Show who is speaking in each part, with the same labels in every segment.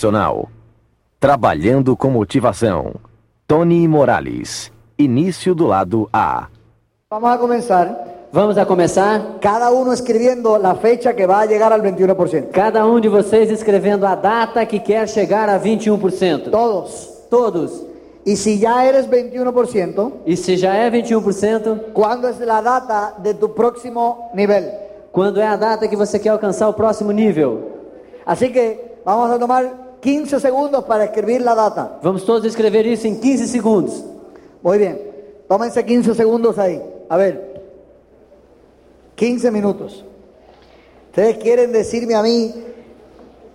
Speaker 1: Opcional. Trabalhando com motivação. Tony Morales. Início do lado A.
Speaker 2: Vamos a comenzar.
Speaker 3: Vamos a começar?
Speaker 2: Cada uno escribiendo la fecha que va a llegar al 21%.
Speaker 3: Cada um de vocês escrevendo a data que quer chegar a 21%.
Speaker 2: Todos.
Speaker 3: Todos.
Speaker 2: Y si ya eres 21%,
Speaker 3: E se já é 21%,
Speaker 2: ¿cuándo es la data de tu próximo nivel?
Speaker 3: quando é a data que você quer alcançar o próximo nível?
Speaker 2: Así que vamos a tomar 15 segundos para escribir la data.
Speaker 3: Vamos todos escrever isso em 15 segundos.
Speaker 2: Muy bien. Tómense 15 segundos ahí. A ver. 15 minutos. Ustedes quieren decirme a mí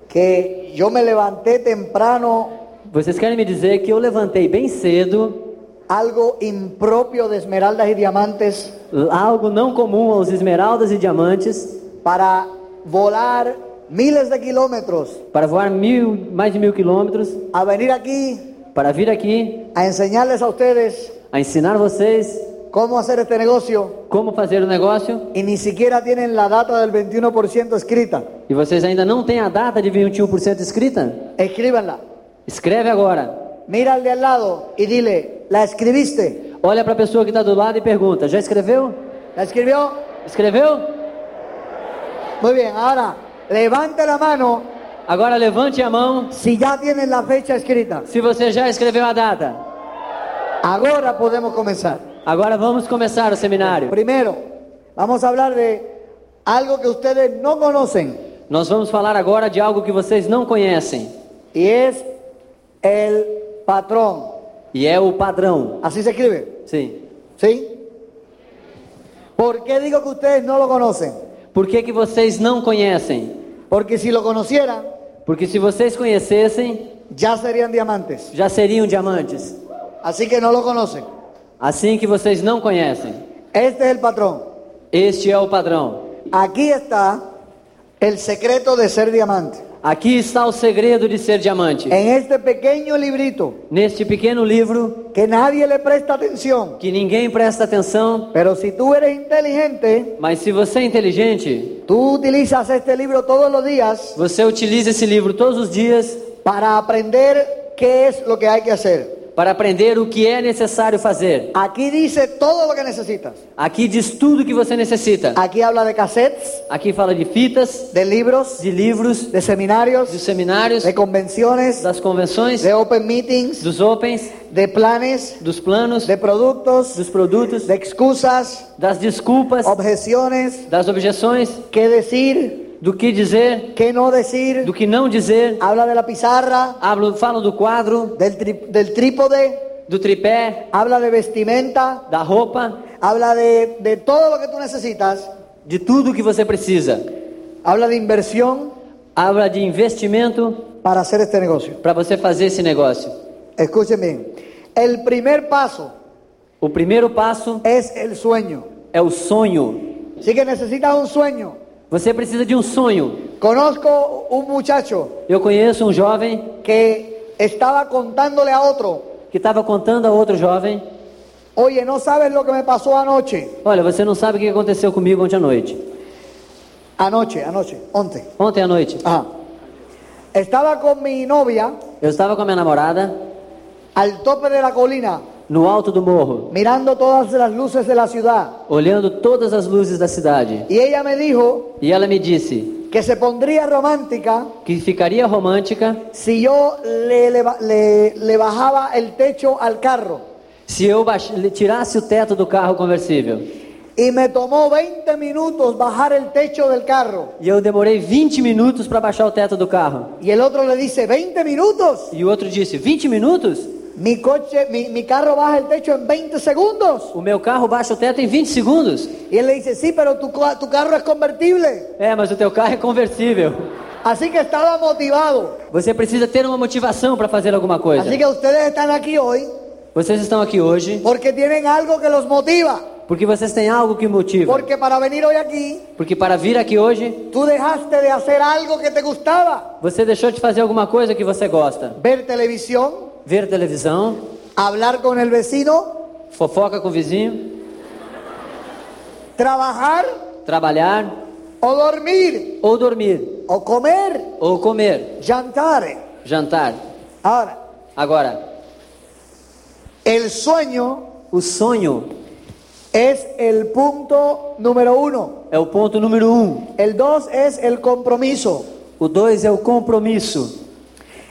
Speaker 2: que yo me levanté temprano
Speaker 3: Vocês querem me dizer que eu levantei bem cedo,
Speaker 2: algo impropio de esmeraldas y diamantes
Speaker 3: algo não comum aos esmeraldas e diamantes,
Speaker 2: para volar miles de kilómetros
Speaker 3: para voar mil, mais de mil quilômetros,
Speaker 2: a venir aquí
Speaker 3: para vir aqui
Speaker 2: a enseñarles a ustedes
Speaker 3: a ensinar vocês
Speaker 2: cómo hacer este negocio
Speaker 3: como fazer o negócio
Speaker 2: y ni siquiera tienen la data del 21% escrita.
Speaker 3: e vocês ainda não têm a data de 21% escrita?
Speaker 2: Escríbanla.
Speaker 3: Escreve agora.
Speaker 2: Mira al de al lado y dile, ¿la escribiste?
Speaker 3: Olha para a pessoa que está do lado e pergunta: já escreveu?
Speaker 2: ¿La escribió?
Speaker 3: Escreveu?
Speaker 2: Muy bien, ahora levante la mano
Speaker 3: Agora levante a mão
Speaker 2: si ya tienen la fecha escrita.
Speaker 3: se você já escreveu a data.
Speaker 2: Ahora podemos comenzar.
Speaker 3: Agora vamos começar o seminário.
Speaker 2: Primero, vamos a hablar de algo que ustedes no conocen
Speaker 3: Nós vamos falar agora de algo que vocês não conhecem
Speaker 2: y es el patrón.
Speaker 3: e é o padrão.
Speaker 2: Así se escribe.
Speaker 3: Sim.
Speaker 2: ¿Sí? ¿Por qué digo que ustedes no lo conocen?
Speaker 3: Por que, que vocês não conhecem?
Speaker 2: Porque si lo conocieran,
Speaker 3: Porque se vocês conhecessem,
Speaker 2: ya serían diamantes.
Speaker 3: já seriam diamantes.
Speaker 2: Así que no lo conocen.
Speaker 3: Assim que vocês não conhecem.
Speaker 2: Este es el patrón.
Speaker 3: Este é o padrão.
Speaker 2: Aquí está el secreto de ser diamante.
Speaker 3: Aqui está o segredo de ser diamante.
Speaker 2: En este pequeño librito
Speaker 3: Neste pequeno livro
Speaker 2: que nadie le presta atención.
Speaker 3: que ninguém presta atenção,
Speaker 2: Pero si tú eres inteligente,
Speaker 3: Mas se você é inteligente,
Speaker 2: tú utilizas este libro todos los días
Speaker 3: você utiliza esse livro todos os dias
Speaker 2: para aprender qué es lo que hay que hacer.
Speaker 3: para aprender o que é necessário fazer.
Speaker 2: Aquí dice todo lo que necesitas.
Speaker 3: Aqui diz tudo o que você necessita.
Speaker 2: Aquí habla de cassettes,
Speaker 3: Aqui fala de fitas,
Speaker 2: de libros,
Speaker 3: de livros,
Speaker 2: de seminarios,
Speaker 3: de seminários,
Speaker 2: de convenciones,
Speaker 3: das convenções,
Speaker 2: de open meetings,
Speaker 3: dos opens,
Speaker 2: de planes,
Speaker 3: dos planos,
Speaker 2: de productos,
Speaker 3: dos produtos,
Speaker 2: de excusas,
Speaker 3: das desculpas,
Speaker 2: objeciones,
Speaker 3: das objeções,
Speaker 2: qué decir,
Speaker 3: do que dizer,
Speaker 2: qué no decir.
Speaker 3: do que não dizer.
Speaker 2: Habla de la pizarra,
Speaker 3: Hablo, falam do quadro,
Speaker 2: del, tri- del trípode,
Speaker 3: do tripé,
Speaker 2: habla de vestimenta,
Speaker 3: da roupa,
Speaker 2: habla de, de todo lo que tú necesitas,
Speaker 3: de tudo o que você precisa.
Speaker 2: habla de inversión
Speaker 3: Habla de investimento
Speaker 2: para hacer este negocio.
Speaker 3: para você fazer esse negócio.
Speaker 2: Escuchen bien, el primer paso
Speaker 3: O primeiro passo
Speaker 2: es el sueño.
Speaker 3: é o sonho.
Speaker 2: Así que necesitas un sueño.
Speaker 3: Você precisa de um sonho.
Speaker 2: Conozco un muchacho
Speaker 3: Eu conheço um jovem
Speaker 2: que estaba contándole a otro,
Speaker 3: que estava contando a outro jovem:
Speaker 2: oye, no sabes lo que me pasó anoche,
Speaker 3: Olha, você não sabe o que aconteceu comigo ontem à noite.
Speaker 2: anoche, anoche, onte.
Speaker 3: Ontem à noite,
Speaker 2: Ajá. Estaba con mi novia
Speaker 3: eu estava com a minha namorada
Speaker 2: al tope de la colina,
Speaker 3: no alto do morro,
Speaker 2: mirando todas las luces de la ciudad.
Speaker 3: olhando todas as luzes da cidade.
Speaker 2: Y ella me dijo
Speaker 3: E ela me disse
Speaker 2: que se pondría romántica
Speaker 3: que ficaria romântica
Speaker 2: si yo le, leva- le- le bajaba el techo al carro.
Speaker 3: se eu baix- le- tirasse o teto do carro conversível.
Speaker 2: Y me tomó 20 minutos bajar el techo del carro.
Speaker 3: E eu demorei 20 minutos para baixar o teto do carro.
Speaker 2: Y el otro le dice, ¿20 minutos?
Speaker 3: E o outro disse: 20 minutos?
Speaker 2: Mi coche, mi, mi carro baja el techo en 20 segundos.
Speaker 3: O meu carro baixa o teto em 20 segundos.
Speaker 2: Y él le dice, sí, pero tu, ca- tu carro es convertible.
Speaker 3: É, mas o teu carro é conversível.
Speaker 2: Así que estaba motivado.
Speaker 3: Você precisa ter uma motivação para fazer alguma coisa.
Speaker 2: Así que ustedes están aquí hoy
Speaker 3: Vocês estão aqui hoje
Speaker 2: porque tienen algo que los motiva.
Speaker 3: porque vocês têm algo que motiva.
Speaker 2: Porque para venir hoy aquí,
Speaker 3: Porque para vir aqui hoje,
Speaker 2: tú dejaste de hacer algo que te gustaba.
Speaker 3: você deixou de fazer alguma coisa que você gosta.
Speaker 2: Ver televisión,
Speaker 3: Ver televisão,
Speaker 2: hablar con el vecino,
Speaker 3: fofoca com o vizinho,
Speaker 2: trabajar
Speaker 3: trabalhar
Speaker 2: o dormir
Speaker 3: ou dormir
Speaker 2: o comer.
Speaker 3: ou comer.
Speaker 2: Jantar.
Speaker 3: jantar.
Speaker 2: Ahora,
Speaker 3: Agora,
Speaker 2: el sueño
Speaker 3: o sonho
Speaker 2: es el punto número uno.
Speaker 3: é o ponto número um.
Speaker 2: El dos es el compromiso.
Speaker 3: O dois é o compromisso.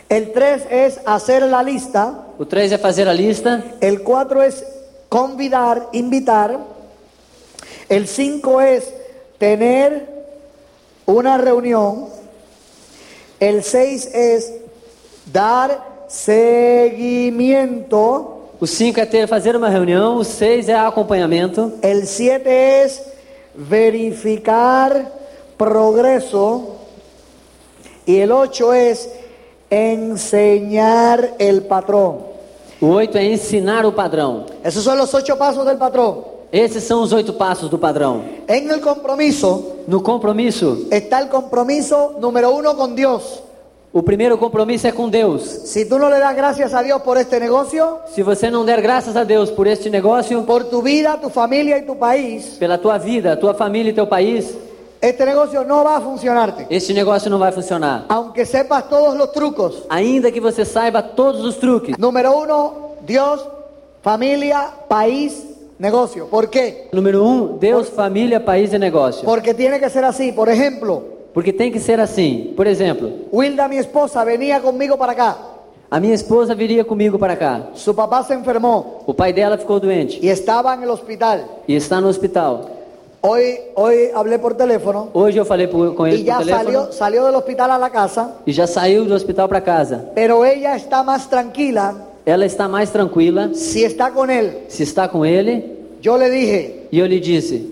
Speaker 2: El tres es hacer la lista.
Speaker 3: O três é fazer a lista.
Speaker 2: El cuatro es convidar, invitar. El cinco es tener una reunión. El seis es dar seguimiento.
Speaker 3: O cinco é ter fazer uma reunião. O seis é acompanhamento.
Speaker 2: El siete es verificar progreso. Y el ocho es enseñar el patrón.
Speaker 3: O oito é ensinar o padrão.
Speaker 2: Esos son los ocho pasos del patrón.
Speaker 3: Esses são os oito passos do padrão.
Speaker 2: En el compromiso
Speaker 3: No compromisso,
Speaker 2: Está el compromiso número uno con Dios.
Speaker 3: o primeiro compromisso é com Deus.
Speaker 2: Si tú no le das gracias a Dios por este negocio,
Speaker 3: Se você não der graças a Deus por este negócio,
Speaker 2: por tu vida, tu familia y tu país,
Speaker 3: pela tua vida, tua família e teu país,
Speaker 2: este negocio no va a funcionarte.
Speaker 3: este negócio não vai funcionar.
Speaker 2: Aunque sepas todos los trucos.
Speaker 3: Ainda que você saiba todos os truques.
Speaker 2: Número uno, Dios, familia, país, negocio. ¿Por quê?
Speaker 3: Número um, Deus, família, país e negócio.
Speaker 2: Porque tiene que ser así. Por ejemplo,
Speaker 3: Porque tem que ser assim. Por exemplo,
Speaker 2: Wilda, mi esposa, venía conmigo para acá.
Speaker 3: a minha esposa viria comigo para cá.
Speaker 2: Su papá se enfermó
Speaker 3: O pai dela ficou doente
Speaker 2: y estaba en el hospital.
Speaker 3: e está no hospital.
Speaker 2: Hoy, hoy hablé por teléfono
Speaker 3: Hoje eu falei por- com ele
Speaker 2: y
Speaker 3: por
Speaker 2: ya
Speaker 3: telefone
Speaker 2: salió, salió del hospital a la casa.
Speaker 3: e já saiu do hospital para casa.
Speaker 2: Pero ella está más tranquila
Speaker 3: Ela está mais tranquila
Speaker 2: si está con él.
Speaker 3: se está com ele.
Speaker 2: Yo le dije,
Speaker 3: E eu lhe disse: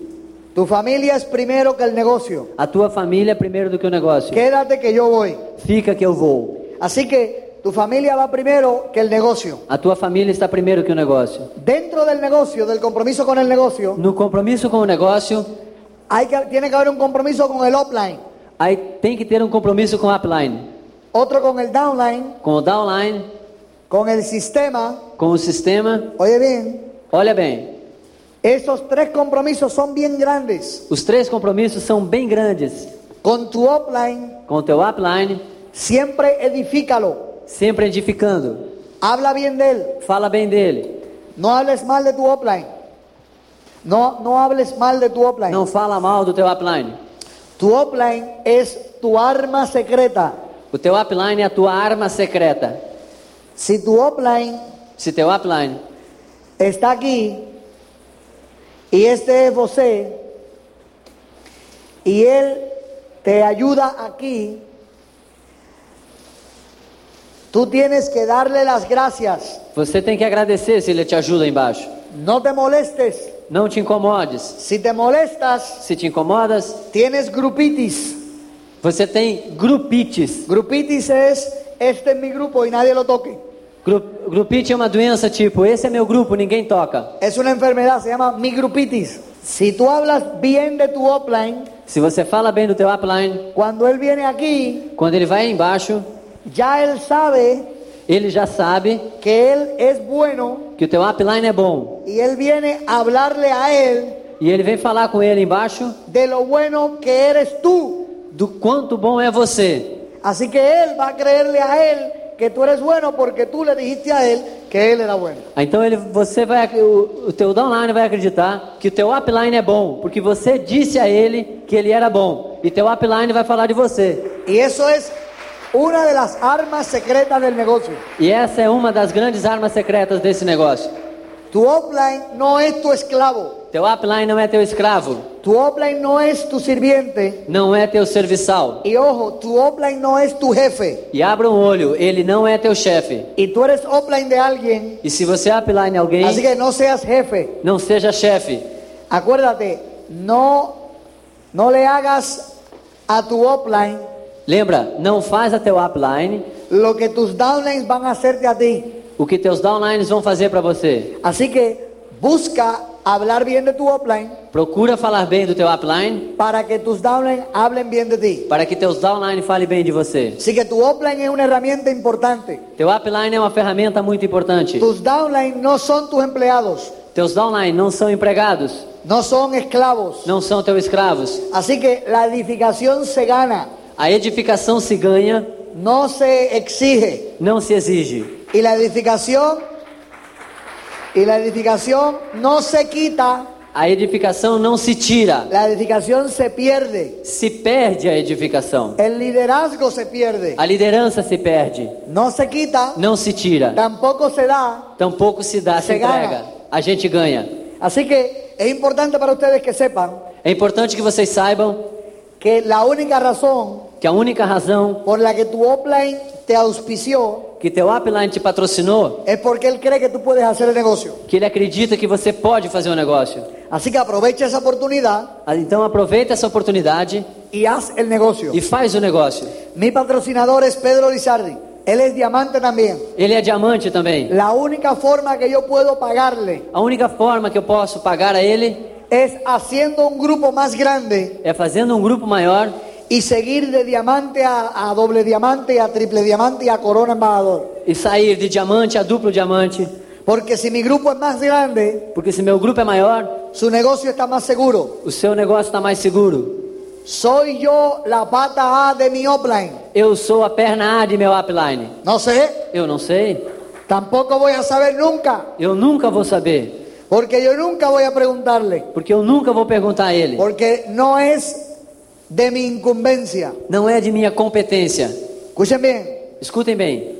Speaker 2: tu familia es primero que el negocio.
Speaker 3: A tua família é primeiro do que o negócio.
Speaker 2: Quédate que yo voy.
Speaker 3: Fica que eu vou.
Speaker 2: Así que tu familia va primero que el negocio.
Speaker 3: A tua família está primeiro que o negócio.
Speaker 2: Dentro del negocio, del compromiso con el negocio,
Speaker 3: No compromisso com o negócio,
Speaker 2: hay que, tiene que haber un compromiso con el offline,
Speaker 3: aí tem que ter um compromisso com o upline,
Speaker 2: otro con el downline,
Speaker 3: com o downline,
Speaker 2: con el sistema.
Speaker 3: com o sistema.
Speaker 2: Oye bien,
Speaker 3: Olha bem,
Speaker 2: esos tres compromisos son bien grandes.
Speaker 3: os três compromissos são bem grandes.
Speaker 2: Con tu offline,
Speaker 3: Com o teu upline,
Speaker 2: siempre edifícalo.
Speaker 3: sempre edificando.
Speaker 2: Habla bien de él.
Speaker 3: Fala bem dele.
Speaker 2: No hables mal de tu offline. No, no hables mal de tu offline.
Speaker 3: Não fala mal do teu upline.
Speaker 2: Tu offline es tu arma secreta.
Speaker 3: O teu upline é a tua arma secreta.
Speaker 2: Si tu offline
Speaker 3: Se teu upline
Speaker 2: está aquí y este es você y él te ayuda aquí, tú tienes que darle las gracias.
Speaker 3: Você tem que agradecer se ele te ajuda embaixo.
Speaker 2: No te molestes.
Speaker 3: Não te incomodes.
Speaker 2: Si te molestas,
Speaker 3: Se te incomodas,
Speaker 2: tienes grupitis.
Speaker 3: você tem grupites.
Speaker 2: Grupitis es, este es mi grupo y nadie lo toque.
Speaker 3: Gru- Grupite é uma doença tipo, esse é meu grupo, ninguém toca.
Speaker 2: Es una enfermedad, se llama mi grupitis. Si tú hablas bien de tu offline,
Speaker 3: Se você fala bem do teu upline,
Speaker 2: cuando él viene aquí,
Speaker 3: quando ele vai embaixo,
Speaker 2: ya él sabe
Speaker 3: ele já sabe
Speaker 2: que él es bueno
Speaker 3: que o teu upline é bom.
Speaker 2: y él viene a hablarle a él
Speaker 3: E ele vem falar com ele embaixo
Speaker 2: de lo bueno que eres tú.
Speaker 3: do quanto bom é você.
Speaker 2: Así que él va a creerle a él que tú eres bueno porque tú le dijiste a él que él era bueno.
Speaker 3: Aí Então ele, você vai, ac- o, o teu downline vai acreditar que o teu upline é bom, porque você disse a ele que ele era bom. E teu upline vai falar de você.
Speaker 2: Y eso es una de las armas secretas del negocio.
Speaker 3: E essa é uma das grandes armas secretas desse negócio.
Speaker 2: Tu offline no es tu esclavo.
Speaker 3: Teu upline não é teu escravo,
Speaker 2: Tu offline no es tu sirviente.
Speaker 3: não é teu serviçal.
Speaker 2: Y ojo, tu offline no es tu jefe.
Speaker 3: E abra um olho, ele não é teu chefe.
Speaker 2: Y tú eres offline de alguien.
Speaker 3: E se você é upline alguém,
Speaker 2: Así que no seas jefe.
Speaker 3: não seja chefe.
Speaker 2: Acuérdate, no, no le hagas a tu offline
Speaker 3: Lembra, não faz a teu upline
Speaker 2: lo que tus downlines van a hacerte a ti.
Speaker 3: o que teus downlines vão fazer para você.
Speaker 2: Así que busca hablar bien de tu offline
Speaker 3: Procura falar bem do teu upline
Speaker 2: para que tus downlines hablen bien de ti.
Speaker 3: para que teus downline fale bem de você.
Speaker 2: Así que tu offline es una herramienta importante.
Speaker 3: Teu upline é uma ferramenta muito importante.
Speaker 2: Tus downlines no son tus empleados,
Speaker 3: Teus downline não são empregados,
Speaker 2: no son esclavos.
Speaker 3: não são teus escravos.
Speaker 2: Así que la edificación se gana,
Speaker 3: A edificação se ganha,
Speaker 2: no se exige.
Speaker 3: não se exige.
Speaker 2: Y la edificación, y la edificación no se quita,
Speaker 3: A edificação não se tira,
Speaker 2: la edificación se pierde.
Speaker 3: se perde a edificação.
Speaker 2: El liderazgo se pierde.
Speaker 3: A liderança se perde,
Speaker 2: No se quita,
Speaker 3: não se tira,
Speaker 2: tampoco se da.
Speaker 3: tampouco se dá, se
Speaker 2: Você ganha.
Speaker 3: entrega. A gente ganha.
Speaker 2: Así que es importante para ustedes que sepan
Speaker 3: É importante que vocês saibam
Speaker 2: que la única razón
Speaker 3: que a única razão
Speaker 2: por la que tu offline te auspició
Speaker 3: que teu upline te patrocinou,
Speaker 2: es porque él cree que tú puedes hacer el negocio.
Speaker 3: que ele acredita que você pode fazer um negócio.
Speaker 2: Así que aprovecha esa oportunidad
Speaker 3: Então aproveita essa oportunidade
Speaker 2: y haz el negocio.
Speaker 3: e faz o negócio.
Speaker 2: Mi patrocinador es Pedro Lizardi. Él es diamante también.
Speaker 3: Ele é diamante também.
Speaker 2: La única forma que yo puedo pagarle
Speaker 3: A única forma que eu posso pagar a ele
Speaker 2: es haciendo un grupo más grande
Speaker 3: é fazendo um grupo maior
Speaker 2: y seguir de diamante a, a doble diamante, a triple diamante y a corona embajador.
Speaker 3: e sair de diamante a duplo diamante.
Speaker 2: Porque si mi grupo es más grande,
Speaker 3: Porque se meu grupo é maior,
Speaker 2: su negocio está más seguro.
Speaker 3: o seu negócio está mais seguro.
Speaker 2: Soy yo la pata A de mi offline.
Speaker 3: Eu sou a perna A de meu upline.
Speaker 2: No sé,
Speaker 3: Eu não sei.
Speaker 2: tampoco voy a saber nunca,
Speaker 3: Eu nunca vou saber.
Speaker 2: porque yo nunca voy a preguntarle,
Speaker 3: Porque eu nunca vou perguntar a ele.
Speaker 2: porque no es de mi incumbencia.
Speaker 3: Não é de minha competência.
Speaker 2: Escuchen bien,
Speaker 3: Escutem bem.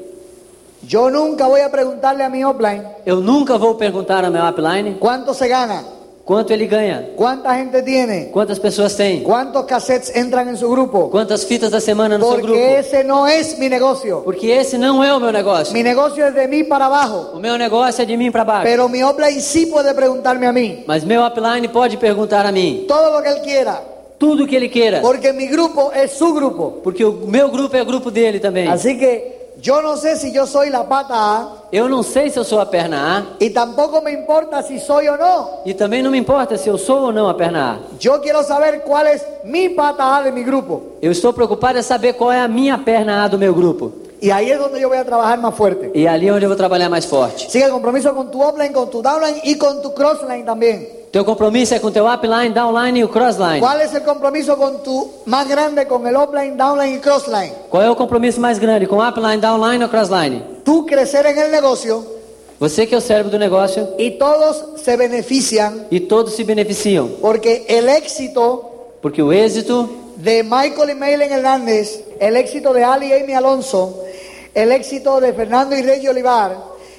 Speaker 2: Yo nunca voy a preguntarle a mi offline
Speaker 3: Eu nunca vou perguntar ao meu upline
Speaker 2: cuánto se gana,
Speaker 3: quanto ele ganha,
Speaker 2: cuánta gente tiene,
Speaker 3: quantas pessoas tem,
Speaker 2: cuántos cassettes entran en su grupo,
Speaker 3: quantas fitas da semana no seu grupo.
Speaker 2: porque ese no es mi negocio.
Speaker 3: Porque esse não é o meu negócio.
Speaker 2: Mi negocio es de mí para abajo,
Speaker 3: O meu negócio é de mim para baixo.
Speaker 2: pero mi offline sí puede preguntarme a mí
Speaker 3: Mas meu upline pode perguntar a mim
Speaker 2: todo lo que él quiera,
Speaker 3: tudo o que ele queira.
Speaker 2: porque mi grupo es su grupo.
Speaker 3: Porque o meu grupo é o grupo dele também.
Speaker 2: Así que yo no sé si yo soy la pata A
Speaker 3: Eu não sei se eu sou a perna A
Speaker 2: y tampoco me importa si soy o no.
Speaker 3: e também não me importa se eu sou ou não a perna A.
Speaker 2: Yo quiero saber cuál es mi pata A de mi grupo.
Speaker 3: Eu estou preocupado em saber qual é a minha perna A do meu grupo.
Speaker 2: Y ahí es donde yo voy a trabajar más fuerte.
Speaker 3: E ali é onde eu vou trabalhar mais forte.
Speaker 2: Sigue el compromiso con tu offline, con tu downline y con tu crossline también.
Speaker 3: Teu compromisso é com teu upline, downline e o crossline.
Speaker 2: ¿Cuál es el compromiso con tu más grande con el offline, downline y crossline?
Speaker 3: Qual é o compromisso mais grande com upline, downline ou crossline?
Speaker 2: Tú crecer en el negocio
Speaker 3: Você que é o cérebro do negócio
Speaker 2: y todos se benefician
Speaker 3: e todos se beneficiam.
Speaker 2: porque el éxito
Speaker 3: Porque o êxito
Speaker 2: de Michael y Maylen Hernández, el éxito de Ali y Amy Alonso, el éxito de Fernando y Rey Olivar,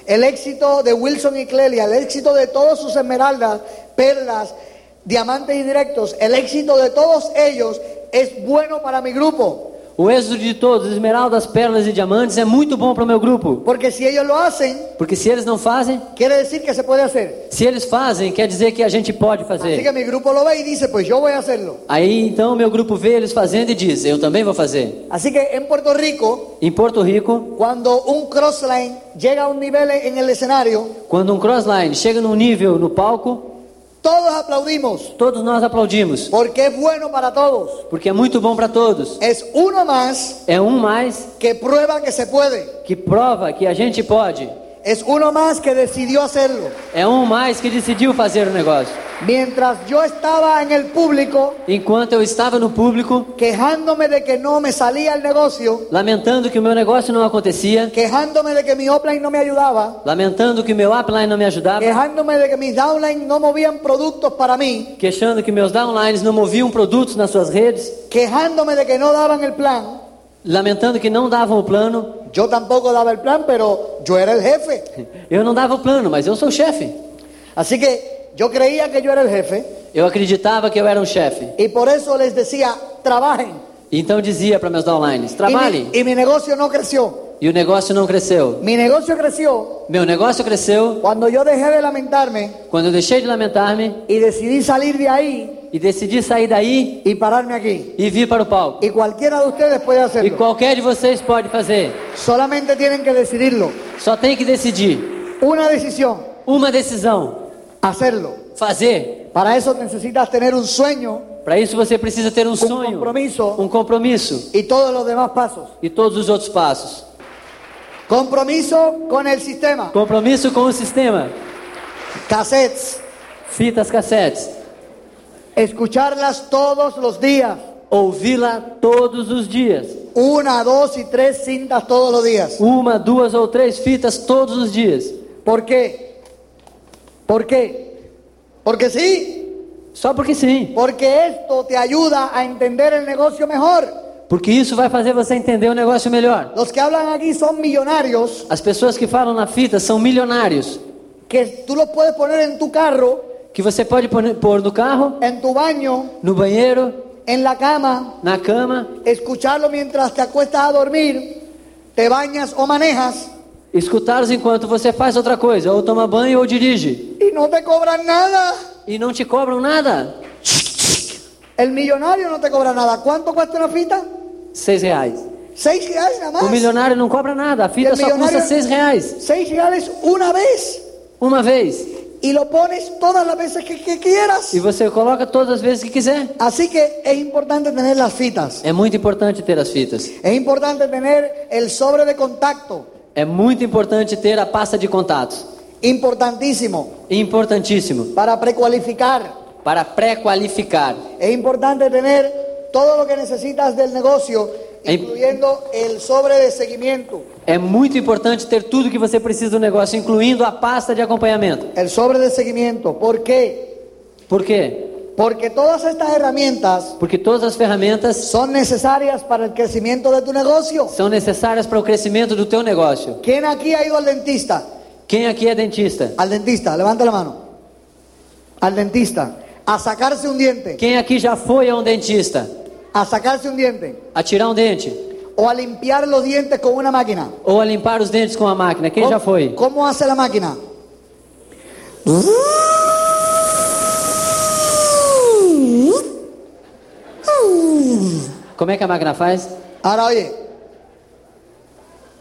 Speaker 2: el éxito de Wilson y Clelia, el éxito de todos sus esmeraldas, perlas, diamantes y directos, el éxito de todos ellos es bueno para mi grupo.
Speaker 3: O êxito de todos, esmeraldas, pérolas e diamantes, é muito bom para o meu grupo.
Speaker 2: Porque si ellos lo hacen,
Speaker 3: Porque se eles não fazem,
Speaker 2: quiere decir que se puede hacer.
Speaker 3: se eles fazem, quer dizer que a gente pode
Speaker 2: Así que
Speaker 3: fazer.
Speaker 2: mi grupo lo ve y dice, pues yo voy a hacerlo.
Speaker 3: Aí então meu grupo vê eles fazendo e diz: Eu também vou fazer.
Speaker 2: Así que en Puerto Rico,
Speaker 3: Em Porto Rico,
Speaker 2: cuando un crossline llega a un nivel en el escenario,
Speaker 3: quando um crossline chega num nível no palco,
Speaker 2: todos aplaudimos,
Speaker 3: todos nós aplaudimos.
Speaker 2: porque es bueno para todos.
Speaker 3: Porque é muito bom para todos.
Speaker 2: Es uno más
Speaker 3: É um mais
Speaker 2: que prueba que se puede.
Speaker 3: que prova que a gente pode.
Speaker 2: Es uno más que decidió hacerlo.
Speaker 3: É um mais que decidiu fazer o negócio.
Speaker 2: Mientras yo estaba en el público
Speaker 3: Enquanto eu estava no público,
Speaker 2: quejándome de que no me salía el negocio,
Speaker 3: lamentando que o meu negócio não acontecia,
Speaker 2: quejándome de que mi offline no me ayudaba,
Speaker 3: lamentando que meu upline não me ajudava,
Speaker 2: quejándome de que mis downline no movían productos para mim,
Speaker 3: queixando que meus downlines não moviam produtos nas suas redes,
Speaker 2: quejándome de que no daban el plan.
Speaker 3: lamentando que não davam o plano.
Speaker 2: Yo tampoco daba el plan, pero yo era el jefe.
Speaker 3: Eu não dava o plano, mas eu sou o chefe.
Speaker 2: Así que yo creía que yo era el jefe
Speaker 3: Eu acreditava que eu era um chefe.
Speaker 2: y por eso les decía, trabajen.
Speaker 3: Então dizia para meus downlines:
Speaker 2: Y mi-
Speaker 3: trabalhem.
Speaker 2: y mi negócio no creció.
Speaker 3: E o negócio não cresceu.
Speaker 2: Mi negocio creció
Speaker 3: Meu negócio cresceu
Speaker 2: cuando yo dejé de lamentarme
Speaker 3: quando eu deixei de lamentar-me
Speaker 2: y decidí salir de ahí
Speaker 3: e decidi sair daí
Speaker 2: y pararme aquí.
Speaker 3: e vir para o palco.
Speaker 2: Y cualquiera de ustedes puede
Speaker 3: E
Speaker 2: hacerlo.
Speaker 3: qualquer de vocês pode fazer.
Speaker 2: Solamente tienen que decidirlo.
Speaker 3: Só tem que decidir.
Speaker 2: Una decisión,
Speaker 3: Uma decisão:
Speaker 2: hacerlo.
Speaker 3: fazer.
Speaker 2: Para eso necesitas tener un sueño
Speaker 3: Para isso você precisa ter um, sonho,
Speaker 2: compromisso.
Speaker 3: um compromisso
Speaker 2: y todos los demás pasos.
Speaker 3: e todos os outros passos.
Speaker 2: Compromiso con el sistema.
Speaker 3: Compromisso com o sistema,
Speaker 2: Cassettes.
Speaker 3: fitas cassetes,
Speaker 2: Escucharlas todos los días.
Speaker 3: ouvi-la todos os dias,
Speaker 2: una, dos y tres cintas todos los días.
Speaker 3: Uma, duas ou três fitas todos os dias.
Speaker 2: ¿Por qué? ¿Por quê? Porque sí,
Speaker 3: Só porque sim.
Speaker 2: porque esto te ayuda a entender el negocio mejor.
Speaker 3: Porque isso vai fazer você entender o negócio melhor.
Speaker 2: Los que hablan aquí son millonarios
Speaker 3: As pessoas que falam na fita são milionários.
Speaker 2: que tú los puedes poner en tu carro,
Speaker 3: Que você pode pôr pôr no carro,
Speaker 2: en tu baño,
Speaker 3: no banheiro,
Speaker 2: en la cama,
Speaker 3: na cama,
Speaker 2: escucharlo mientras te acuestas a dormir, te bañas o manejas
Speaker 3: escutá-los enquanto você faz outra coisa, ou toma banho ou dirige.
Speaker 2: y no te cobran nada.
Speaker 3: E não te cobram nada.
Speaker 2: El millonario no te cobra nada. ¿Cuánto cuesta una fita?
Speaker 3: Seis reais.
Speaker 2: Seis reales nada
Speaker 3: O
Speaker 2: más.
Speaker 3: milionário não cobra nada, a
Speaker 2: E
Speaker 3: fita
Speaker 2: o
Speaker 3: só custa
Speaker 2: milionário-
Speaker 3: seis reais.
Speaker 2: Seis reales una vez
Speaker 3: Uma vez.
Speaker 2: y lo pones todas las veces que, que quieras.
Speaker 3: E você coloca todas as vezes que quiser.
Speaker 2: Así que es importante tener las fitas.
Speaker 3: É muito importante ter as fitas.
Speaker 2: Es importante tener el sobre de contacto.
Speaker 3: É muito importante ter a pasta de contatos.
Speaker 2: Importantísimo
Speaker 3: Importantíssimo.
Speaker 2: para precualificar.
Speaker 3: Para pré-qualificar.
Speaker 2: Es importante tener todo lo que necesitas del negocio,
Speaker 3: Em-
Speaker 2: incluyendo el sobre de seguimiento,
Speaker 3: É muito importante ter tudo que você precisa do negócio, incluindo a pasta de acompanhamento.
Speaker 2: el sobre de seguimiento. ¿Por qué?
Speaker 3: Por quê?
Speaker 2: Porque todas estas herramientas
Speaker 3: Porque todas as ferramentas
Speaker 2: son necesarias para el crecimiento de tu negocio.
Speaker 3: são necessárias para o crescimento do teu negócio.
Speaker 2: ¿Quién aquí ha ido al dentista?
Speaker 3: Quem aqui é dentista?
Speaker 2: Al dentista, levanta la mano. Al dentista, a sacarse un diente,
Speaker 3: Quem aqui já foi a um dentista?
Speaker 2: a sacarse un diente,
Speaker 3: A tirar um dente?
Speaker 2: o a limpiar los dientes con una máquina.
Speaker 3: Ou a limpar os dentes com a máquina? Quem
Speaker 2: ¿Cómo-
Speaker 3: já foi?
Speaker 2: ¿Cómo hace la máquina?
Speaker 3: Como é que a máquina faz?
Speaker 2: Ahora oye,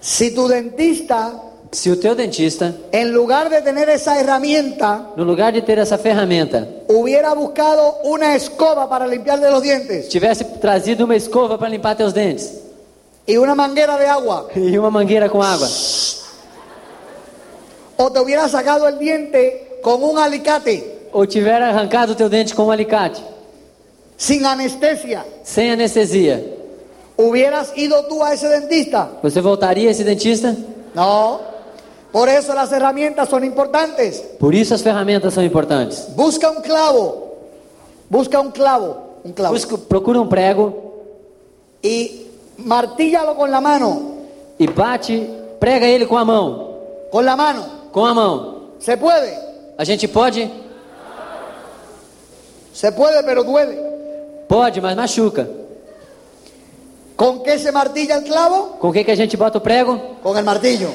Speaker 2: si tu dentista,
Speaker 3: Se o teu dentista,
Speaker 2: en lugar de tener esa herramienta,
Speaker 3: no lugar de ter essa ferramenta,
Speaker 2: hubiera buscado una escoba para limpiar de los dientes
Speaker 3: tivesse trazido uma escova para limpar teus dentes
Speaker 2: y una manguera de agua,
Speaker 3: e uma mangueira com água,
Speaker 2: o te hubiera sacado el diente con un alicate,
Speaker 3: ou tiver arrancado o teu dente com um alicate,
Speaker 2: sin anestesia,
Speaker 3: sem anestesia,
Speaker 2: hubieras ido tú a ese dentista.
Speaker 3: você voltaria a esse dentista?
Speaker 2: No. Por eso las herramientas son importantes.
Speaker 3: Por isso as ferramentas são importantes.
Speaker 2: Busca un clavo. Busca un clavo. Un clavo.
Speaker 3: Busca- procura um prego
Speaker 2: Y martíllalo con la mano.
Speaker 3: e bate, prega ele com a mão,
Speaker 2: Con la mano.
Speaker 3: com a mão.
Speaker 2: Se puede.
Speaker 3: A gente pode?
Speaker 2: Se puede, pero duele.
Speaker 3: Pode, mas machuca.
Speaker 2: ¿Con qué se martilla el clavo?
Speaker 3: Com o que, que a gente bota o prego?
Speaker 2: Con el martillo.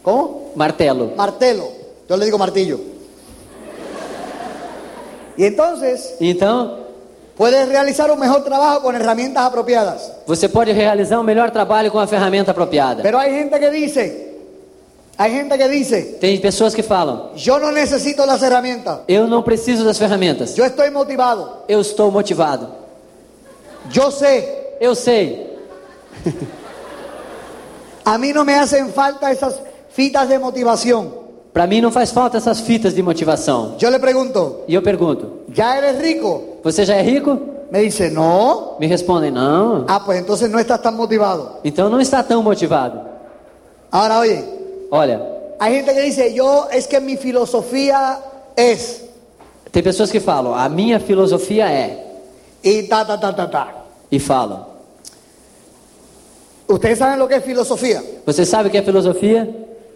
Speaker 2: ¿Cómo?
Speaker 3: Martelo.
Speaker 2: Martelo. Yo le digo martillo. Y entonces
Speaker 3: Então,
Speaker 2: puedes realizar un mejor trabajo con herramientas apropiadas.
Speaker 3: você pode realizar o melhor trabalho com a ferramenta apropriada.
Speaker 2: Pero hay gente que dice, hay gente que dice,
Speaker 3: Tem pessoas que falam:
Speaker 2: Yo no necesito las herramientas.
Speaker 3: Eu não preciso das ferramentas.
Speaker 2: Yo estoy motivado.
Speaker 3: Eu estou motivado.
Speaker 2: Yo sé.
Speaker 3: Eu sei.
Speaker 2: A mí no me hacen falta esas fitas de motivación.
Speaker 3: Para mim não faz falta essas fitas de motivação.
Speaker 2: Yo le pregunto,
Speaker 3: E eu pergunto:
Speaker 2: ¿ya eres rico?
Speaker 3: Você já é rico?
Speaker 2: Me dice, no.
Speaker 3: Me respondem: Não.
Speaker 2: Ah, pues entonces no estás tan motivado.
Speaker 3: Então não está tão motivado.
Speaker 2: Ahora, oye,
Speaker 3: Olha,
Speaker 2: hay gente que dice, yo es que mi filosofía es.
Speaker 3: Tem pessoas que falam, a minha filosofia é,
Speaker 2: Y ta, ta, ta, ta, ta.
Speaker 3: e falam.
Speaker 2: Ustedes saben lo que es filosofía.
Speaker 3: Você sabe o que é filosofia?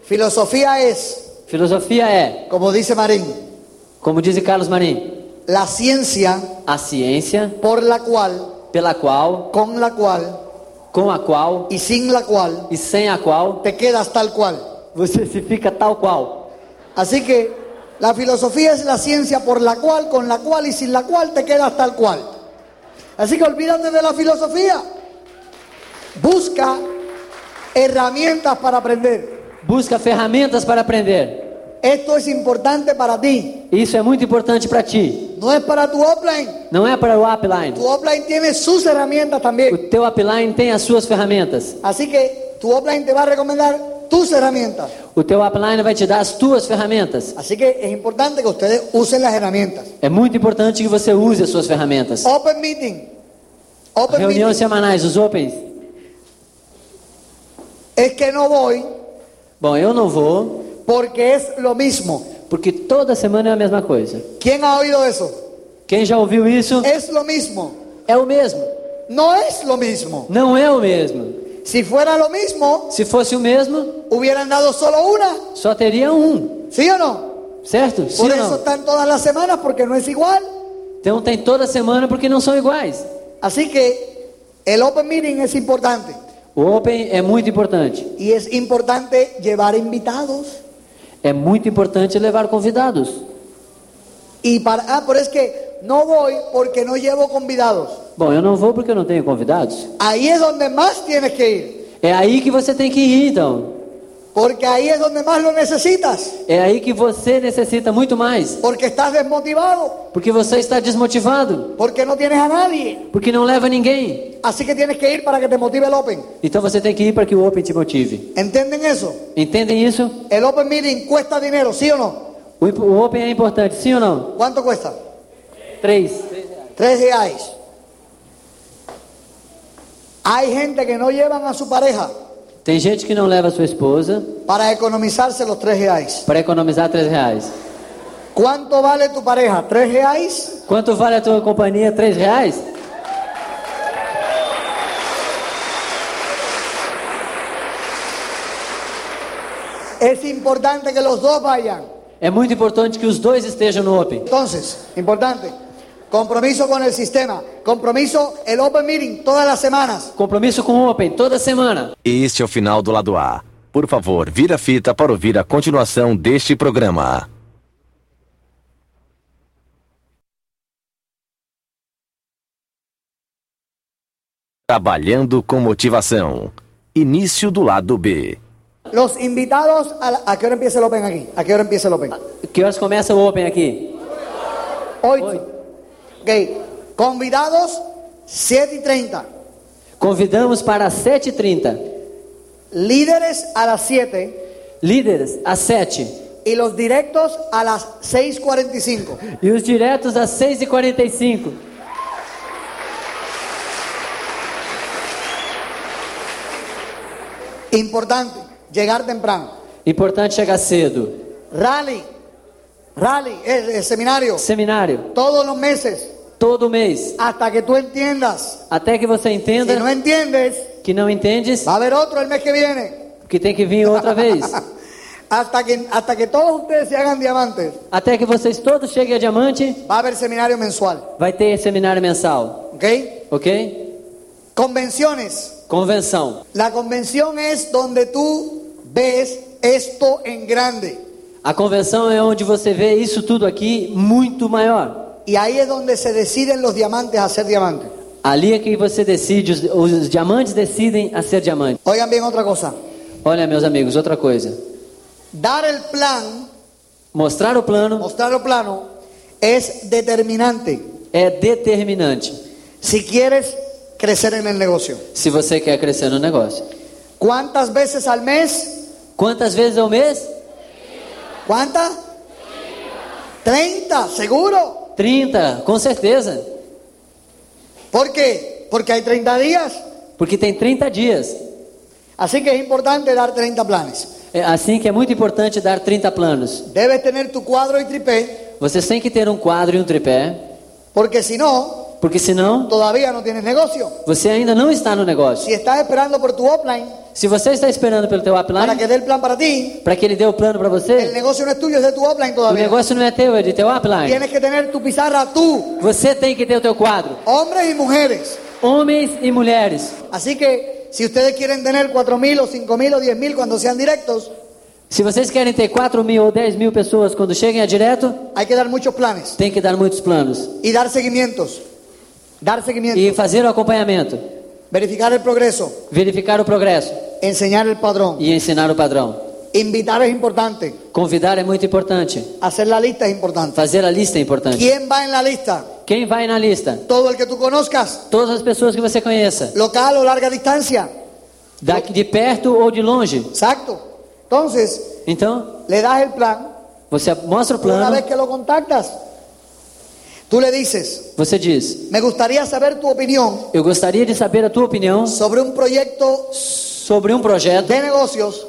Speaker 2: Filosofía es,
Speaker 3: Filosofia é,
Speaker 2: como dice Marín,
Speaker 3: como diz Carlos Marim,
Speaker 2: la ciencia
Speaker 3: a ciência
Speaker 2: por la cual,
Speaker 3: pela qual,
Speaker 2: con la cual
Speaker 3: com a qual
Speaker 2: y sin la cual
Speaker 3: e sem a qual
Speaker 2: te quedas tal cual.
Speaker 3: você se fica tal qual.
Speaker 2: Así que la filosofía es la ciencia por la cual, con la cual y sin la cual te quedas tal cual. Así que olvídate de la filosofia. Busca herramientas para aprender.
Speaker 3: Busca ferramentas para aprender.
Speaker 2: Esto es importante para ti.
Speaker 3: Isso é muito importante para ti.
Speaker 2: No es para tu offline.
Speaker 3: Não é para o upline.
Speaker 2: Tu offline tiene sus herramientas también.
Speaker 3: O teu upline tem as suas ferramentas.
Speaker 2: Así que tu offline te va a recomendar tus herramientas.
Speaker 3: O teu upline vai te dar as tuas ferramentas.
Speaker 2: Así que es importante que ustedes usen las herramientas.
Speaker 3: É muito importante que você use as suas ferramentas.
Speaker 2: Open meeting. Open
Speaker 3: Reuniões
Speaker 2: meeting.
Speaker 3: semanais, os opens.
Speaker 2: es que no voy
Speaker 3: Bom, eu não vou,
Speaker 2: porque es lo mismo.
Speaker 3: porque toda semana é a mesma coisa.
Speaker 2: ¿Quién ha oído eso?
Speaker 3: Quem já ouviu isso
Speaker 2: Es lo mismo.
Speaker 3: é o mesmo.
Speaker 2: No es lo mismo.
Speaker 3: Não é o mesmo.
Speaker 2: Si fuera lo mismo,
Speaker 3: Se fosse o mesmo,
Speaker 2: hubieran dado solo una,
Speaker 3: só teria um,
Speaker 2: ¿sí o no?
Speaker 3: certo? Sim
Speaker 2: Por
Speaker 3: ou
Speaker 2: eso
Speaker 3: não?
Speaker 2: están todas las semanas porque no es igual.
Speaker 3: Então tem toda semana porque não são iguais.
Speaker 2: Así que el open meeting es importante
Speaker 3: O Open é muito importante.
Speaker 2: y es importante llevar invitados.
Speaker 3: É muito importante levar convidados.
Speaker 2: Y para ah, pero es que no voy porque no llevo convidados.
Speaker 3: Bom, eu não vou porque eu não tenho convidados.
Speaker 2: Ahí es donde más tienes que ir,
Speaker 3: É aí que você tem que ir, então.
Speaker 2: porque ahí es donde más lo necesitas,
Speaker 3: É aí que você necessita muito mais.
Speaker 2: porque estás desmotivado,
Speaker 3: Porque você está desmotivado.
Speaker 2: porque no tienes a nadie.
Speaker 3: Porque não leva ninguém.
Speaker 2: Así que tienes que ir para que te motive el open.
Speaker 3: Então você tem que ir para que o Open te motive.
Speaker 2: ¿Entienden eso?
Speaker 3: Entendem isso?
Speaker 2: El open meeting cuesta dinero, ¿sí o no?
Speaker 3: O, imp- o Open é importante, sim ou não?
Speaker 2: ¿Cuánto cuesta?
Speaker 3: Três.
Speaker 2: Tres reais. Hay gente que no llevan a su pareja
Speaker 3: Tem gente que não leva sua esposa
Speaker 2: para economizarse los tres reais.
Speaker 3: para economizar três reais.
Speaker 2: ¿Cuánto vale tu pareja? ¿Tres reais?
Speaker 3: Quanto vale a tua companhia? Três reais?
Speaker 2: Es importante que los dos vayan.
Speaker 3: É muito importante que os dois estejam no Open.
Speaker 2: Entonces, importante, compromiso con el sistema, compromiso el open meeting todas las semanas.
Speaker 3: Compromisso com o Open toda semana.
Speaker 1: Este é o final do lado A. Por favor, vira a fita para ouvir a continuação deste programa. Trabalhando com motivação. Início do lado B.
Speaker 2: Los invitados a, la- ¿a qué hora empieza el open aquí? ¿A qué hora empieza el open?
Speaker 3: Que horas começa o Open aqui?
Speaker 2: Hoy. Ok. Convidados 7 y 30.
Speaker 3: Convidamos para as 7h30.
Speaker 2: Líderes a las 7
Speaker 3: Líderes, às 7
Speaker 2: y los directos a las 6.45.
Speaker 3: E os diretos às 6h45.
Speaker 2: Importante, llegar temprano.
Speaker 3: Importante chegar cedo.
Speaker 2: Rally. Rally, el, el seminario.
Speaker 3: Seminário,
Speaker 2: Todos los meses.
Speaker 3: todo mês.
Speaker 2: Hasta que tú entiendas.
Speaker 3: Até que você
Speaker 2: Si
Speaker 3: entenda
Speaker 2: no entiendes,
Speaker 3: que não entendes,
Speaker 2: Va a haber otro el mes que viene.
Speaker 3: que tem que vir outra vez.
Speaker 2: Hasta que, hasta que todos ustedes se hagan diamantes,
Speaker 3: Até que vocês todos cheguem a diamante,
Speaker 2: va a haber seminario mensual.
Speaker 3: vai ter seminário mensal,
Speaker 2: ¿Ok?
Speaker 3: ok?
Speaker 2: Convenciones.
Speaker 3: Convenção.
Speaker 2: La convención es donde tú ves esto en grande.
Speaker 3: A convenção é onde você vê isso tudo aqui muito maior.
Speaker 2: Y ahí es donde se deciden los diamantes a ser diamantes.
Speaker 3: Ali é que você decide, os, os diamantes decidem a ser diamante.
Speaker 2: Oigan bien otra cosa.
Speaker 3: Olha, meus amigos, outra coisa.
Speaker 2: Dar el plan,
Speaker 3: Mostrar o plano
Speaker 2: mostrar el plano, es determinante
Speaker 3: é determinante
Speaker 2: si quieres crecer en el negocio.
Speaker 3: se você quer crescer no negócio.
Speaker 2: ¿Cuántas veces al mes?
Speaker 3: Quantas vezes ao mês?
Speaker 2: ¿Cuántas? 30, seguro.
Speaker 3: 30, com certeza.
Speaker 2: ¿Por qué? Porque hay 30 días.
Speaker 3: Porque tem 30 dias.
Speaker 2: Así que es importante dar 30 planes.
Speaker 3: É assim que é muito importante dar 30 planos.
Speaker 2: Debes tener tu cuadro e tripé,
Speaker 3: Vocês têm que ter um quadro e um tripé,
Speaker 2: porque si no,
Speaker 3: porque senão
Speaker 2: todavía no tienes negocio.
Speaker 3: você ainda não está no negócio.
Speaker 2: Si estás esperando por tu offline
Speaker 3: Se você está esperando pelo teu
Speaker 2: para
Speaker 3: upline,
Speaker 2: que dé el plan para ti,
Speaker 3: para que ele dê o plano para
Speaker 2: el
Speaker 3: você,
Speaker 2: negocio no es tuyo, es de tu offline
Speaker 3: o
Speaker 2: todavía.
Speaker 3: negócio não é teu, é de teu upline.
Speaker 2: Tienes que tener tu pizarra tú,
Speaker 3: Você tem que ter o teu quadro,
Speaker 2: hombres y mujeres.
Speaker 3: homens e mulheres.
Speaker 2: Así que si ustedes quieren tener 4.000 o 5.000 o 10.000 cuando sean directos,
Speaker 3: Se vocês querem ter 4 mil ou 10 mil pessoas quando cheguem a direto,
Speaker 2: hay que dar muchos planes
Speaker 3: tem que dar muitos planos
Speaker 2: y dar seguimientos. Dar
Speaker 3: e
Speaker 2: seguimientos,
Speaker 3: fazer o acompanhamento,
Speaker 2: verificar el progreso,
Speaker 3: verificar o progresso
Speaker 2: enseñar el padrón.
Speaker 3: e ensinar o padrão.
Speaker 2: Invitar es importante.
Speaker 3: Convidar é muito importante,
Speaker 2: Hacer la lista es importante.
Speaker 3: fazer a lista é importante.
Speaker 2: ¿Quién va en la lista?
Speaker 3: Quem vai na lista?
Speaker 2: Todo el que tú conozcas,
Speaker 3: Todas as pessoas que você conheça,
Speaker 2: local o larga distancia.
Speaker 3: daqui de perto ou de longe.
Speaker 2: Exacto. Entonces,
Speaker 3: Então,
Speaker 2: le das el plan.
Speaker 3: você mostra o
Speaker 2: Una vez
Speaker 3: plano,
Speaker 2: que lo contactas, tú le dices,
Speaker 3: você diz:
Speaker 2: me gustaría saber tu opinión
Speaker 3: Eu gostaria de saber a tua opinião
Speaker 2: sobre un proyecto
Speaker 3: sobre um projeto
Speaker 2: de negocios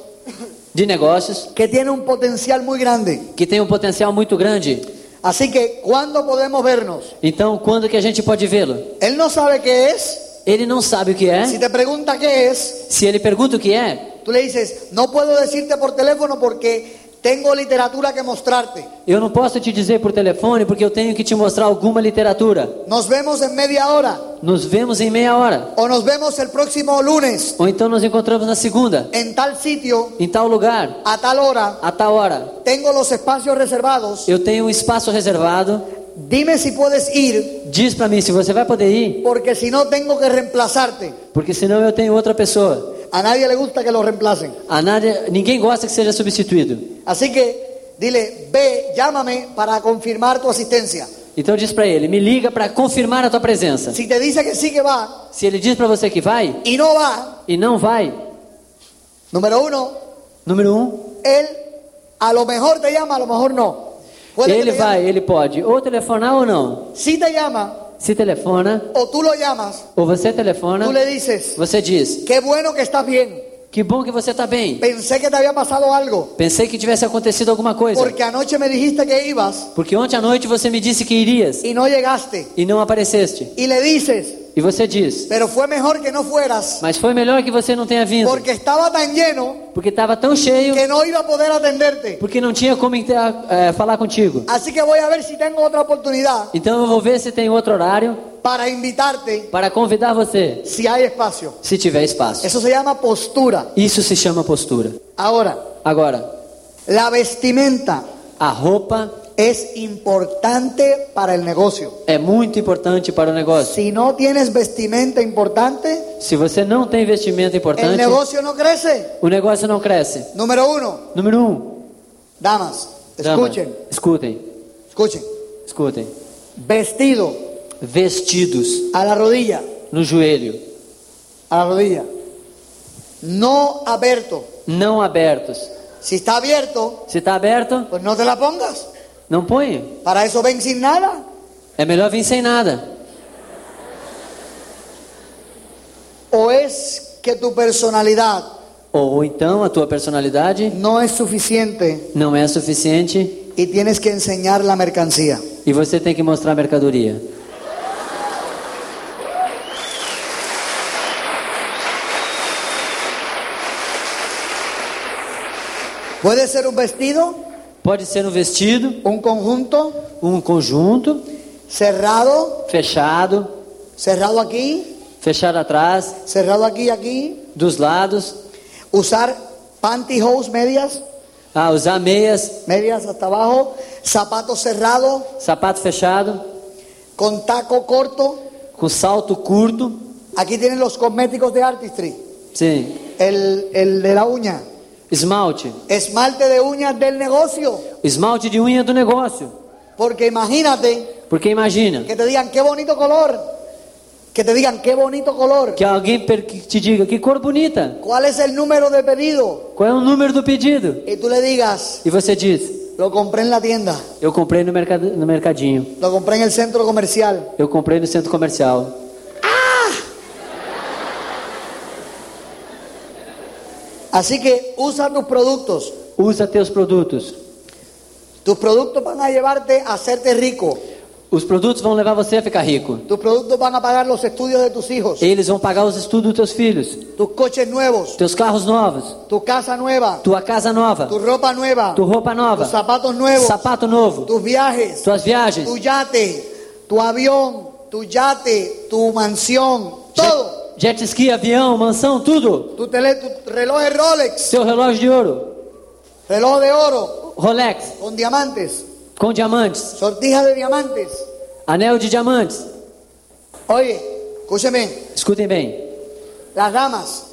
Speaker 3: de negócios
Speaker 2: que tiene un potencial muy grande.
Speaker 3: que tem um potencial muito grande.
Speaker 2: Así que, ¿cuándo podemos vernos?
Speaker 3: Então, quando que a gente pode vê-lo?
Speaker 2: Él no sabe qué es.
Speaker 3: Ele não sabe o que é.
Speaker 2: Si te pregunta qué es,
Speaker 3: Se ele pergunta o que é,
Speaker 2: tú le dices, no puedo decirte por teléfono porque tengo literatura que mostrarte.
Speaker 3: eu não posso te dizer por telefone porque eu tenho que te mostrar alguma literatura.
Speaker 2: Nos vemos en media hora
Speaker 3: Nos vemos em meia hora.
Speaker 2: o nos vemos el próximo lunes
Speaker 3: Ou então nos encontramos na segunda,
Speaker 2: en tal sitio,
Speaker 3: em tal lugar,
Speaker 2: a tal hora.
Speaker 3: a tal hora.
Speaker 2: Tengo los espacios reservados.
Speaker 3: Eu tenho um espaço reservado.
Speaker 2: Dime si puedes ir
Speaker 3: Diz pra mim se você vai poder ir,
Speaker 2: porque si no tengo que reemplazarte.
Speaker 3: porque senão eu tenho outra pessoa.
Speaker 2: A nadie le gusta que lo reemplacen.
Speaker 3: A nada, ninguém gosta que seja substituído.
Speaker 2: Así que dile, ve, llámame para confirmar tu asistencia.
Speaker 3: Então diz pra ele, me liga pra confirmar a tua presença.
Speaker 2: Si te dice que sí que va
Speaker 3: Se ele diz pra você que vai
Speaker 2: y no va,
Speaker 3: e não vai,
Speaker 2: número uno,
Speaker 3: número um,
Speaker 2: él a lo mejor te llama, a lo mejor no. Puede que
Speaker 3: ele
Speaker 2: te llame.
Speaker 3: vai, ele pode ou telefonar ou não.
Speaker 2: Si te llama
Speaker 3: Se telefona
Speaker 2: o tú lo llamas,
Speaker 3: ou você telefona,
Speaker 2: tú le dices,
Speaker 3: você diz,
Speaker 2: qué bueno que estás bien.
Speaker 3: que bom que você está bem.
Speaker 2: Pensé que te había pasado algo.
Speaker 3: Pensei que tivesse acontecido alguma coisa.
Speaker 2: Porque anoche me dijiste que ibas
Speaker 3: Porque ontem à noite você me disse que irias
Speaker 2: y no llegaste.
Speaker 3: e não apareceste.
Speaker 2: Y le dices,
Speaker 3: E você diz,
Speaker 2: Pero fue mejor que no fueras,
Speaker 3: mas foi melhor que você não tenha vindo,
Speaker 2: porque estaba tan lleno
Speaker 3: porque estava tão cheio,
Speaker 2: que no iba a poder atenderte.
Speaker 3: porque não tinha como inter- eh, falar contigo.
Speaker 2: Así que voy a ver si tengo otra oportunidad
Speaker 3: Então eu vou ver se tem outro horário
Speaker 2: para invitarte
Speaker 3: para convidar você,
Speaker 2: si hay espacio.
Speaker 3: se tiver espaço.
Speaker 2: Eso se llama postura.
Speaker 3: Isso se chama postura.
Speaker 2: Ahora,
Speaker 3: Agora,
Speaker 2: la vestimenta
Speaker 3: a roupa
Speaker 2: es importante para el negocio.
Speaker 3: é muito importante para o negócio.
Speaker 2: Si no tienes vestimenta importante,
Speaker 3: Se você não tem investimento
Speaker 2: el
Speaker 3: importante,
Speaker 2: negocio no crece.
Speaker 3: o negócio não cresce.
Speaker 2: Número uno,
Speaker 3: Número um,
Speaker 2: damas,
Speaker 3: dama,
Speaker 2: escuchen,
Speaker 3: escutem,
Speaker 2: escuchen.
Speaker 3: escutem.
Speaker 2: Vestido
Speaker 3: Vestidos
Speaker 2: a la rodilla,
Speaker 3: no joelho,
Speaker 2: a la rodilla. No abierto.
Speaker 3: não abertos.
Speaker 2: Si está abierto,
Speaker 3: Se está aberto,
Speaker 2: pues no te la pongas.
Speaker 3: não põe.
Speaker 2: Para eso ven sin nada.
Speaker 3: É melhor vir sem nada.
Speaker 2: O es que tu personalidad
Speaker 3: Ou então a tua personalidade
Speaker 2: no es suficiente
Speaker 3: não é suficiente
Speaker 2: y tienes que enseñar la mercancía.
Speaker 3: e você tem que mostrar a mercadoria.
Speaker 2: Puede ser un vestido,
Speaker 3: Pode ser um vestido,
Speaker 2: un conjunto
Speaker 3: um conjunto,
Speaker 2: cerrado,
Speaker 3: fechado,
Speaker 2: cerrado aquí,
Speaker 3: fechado atrás,
Speaker 2: cerrado aquí y aquí.
Speaker 3: dos lados.
Speaker 2: Usar pantyhose, medias,
Speaker 3: Ah, usar meias,
Speaker 2: medias hasta abajo, zapatos cerrados,
Speaker 3: sapato fechado,
Speaker 2: con taco corto.
Speaker 3: com salto curto.
Speaker 2: Aquí tienen los cosméticos de Artistry.
Speaker 3: Sim.
Speaker 2: El, el de la uña.
Speaker 3: Esmalte.
Speaker 2: Esmalte de uñas del negocio.
Speaker 3: Esmalte de unha do negócio.
Speaker 2: Porque imagínate
Speaker 3: Porque imagina
Speaker 2: Que te digan qué bonito color. Que te digan qué bonito color.
Speaker 3: que alguém per- que te diga que cor bonita,
Speaker 2: ¿Cuál es el número de pedido?
Speaker 3: qual é o número do pedido?
Speaker 2: Y tú le digas,
Speaker 3: E você diz:
Speaker 2: lo compré en la tienda,
Speaker 3: Eu comprei no, mercad no mercadinho.
Speaker 2: lo compré en el centro comercial.
Speaker 3: Eu comprei no centro comercial.
Speaker 2: Así que usa tus productos.
Speaker 3: Usa teus produtos.
Speaker 2: Tus productos van a llevarte a hacerte rico.
Speaker 3: Os produtos vão levar você a ficar rico.
Speaker 2: Tus productos van a pagar los estudios de tus hijos.
Speaker 3: Eles vão pagar os estudos dos teus filhos,
Speaker 2: Tus coches nuevos,
Speaker 3: teus carros novos,
Speaker 2: tu casa nueva,
Speaker 3: tua casa nova,
Speaker 2: tu ropa nueva,
Speaker 3: tu roupa
Speaker 2: tus
Speaker 3: nova,
Speaker 2: zapatos nuevos,
Speaker 3: sapato novo,
Speaker 2: tus viajes,
Speaker 3: tuas viagens,
Speaker 2: tu yate, tu avión, tu yate, tu mansión, todo.
Speaker 3: jet, jet ski, avião, mansão, tudo.
Speaker 2: Tu, tele- tu reloj de Rolex,
Speaker 3: Seu relógio de ouro,
Speaker 2: reloj de oro
Speaker 3: Rolex,
Speaker 2: con diamantes,
Speaker 3: com diamantes,
Speaker 2: sortija de diamantes.
Speaker 3: anel de diamantes.
Speaker 2: Oye, escúcheme,
Speaker 3: Escutem bem.
Speaker 2: las damas,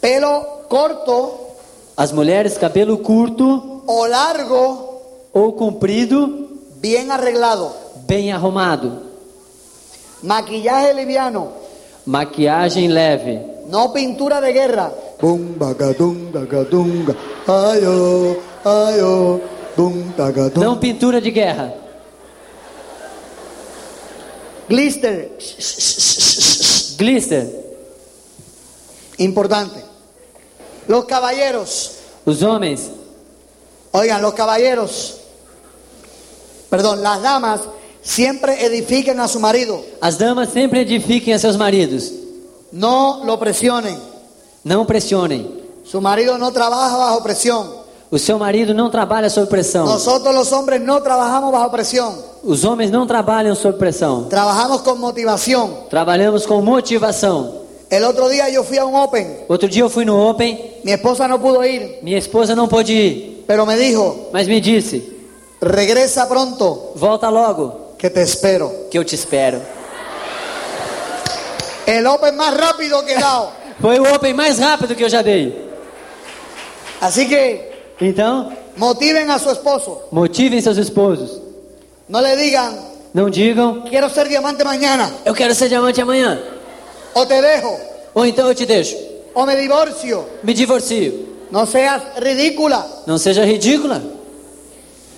Speaker 2: pelo corto
Speaker 3: As mulheres, cabelo curto
Speaker 2: o largo,
Speaker 3: ou comprido,
Speaker 2: bien arreglado,
Speaker 3: bem arrumado.
Speaker 2: maquillaje liviano,
Speaker 3: Maquiagem leve.
Speaker 2: no pintura de guerra,
Speaker 4: Bum bagadunga gadunga, ayo, ayo, dum tagadum.
Speaker 3: Não pintura de guerra.
Speaker 2: glister,
Speaker 3: Glister.
Speaker 2: importante. Los caballeros,
Speaker 3: Os homens,
Speaker 2: oigan, los caballeros, perdón, las damas siempre edifiquen a su marido,
Speaker 3: as damas sempre edifiquem a seus maridos.
Speaker 2: no lo presionen.
Speaker 3: Não pressionem.
Speaker 2: Su marido no trabaja bajo presión.
Speaker 3: O seu marido não trabalha sob pressão.
Speaker 2: Nosotros los hombres no trabajamos bajo presión,
Speaker 3: Os homens não trabalham sob pressão.
Speaker 2: trabajamos con motivación.
Speaker 3: Trabalhamos com motivação.
Speaker 2: El otro día yo fui a un Open,
Speaker 3: Outro dia eu fui no Open,
Speaker 2: mi esposa no pudo ir,
Speaker 3: minha esposa não pôde ir,
Speaker 2: pero me dijo,
Speaker 3: mas me disse:
Speaker 2: regresa pronto,
Speaker 3: volta logo,
Speaker 2: que te espero.
Speaker 3: que eu te espero.
Speaker 2: El Open más rápido que he dado.
Speaker 3: Foi o Open mais rápido que eu já dei.
Speaker 2: Así que
Speaker 3: Então,
Speaker 2: motiven a su esposo,
Speaker 3: motivem seus esposos.
Speaker 2: no le digan,
Speaker 3: Não digam:
Speaker 2: quiero ser diamante mañana,
Speaker 3: eu quero ser diamante amanhã.
Speaker 2: o te dejo,
Speaker 3: Ou então eu te deixo.
Speaker 2: o me divorcio.
Speaker 3: Me divorcio.
Speaker 2: No seas ridícula.
Speaker 3: Não seja ridícula.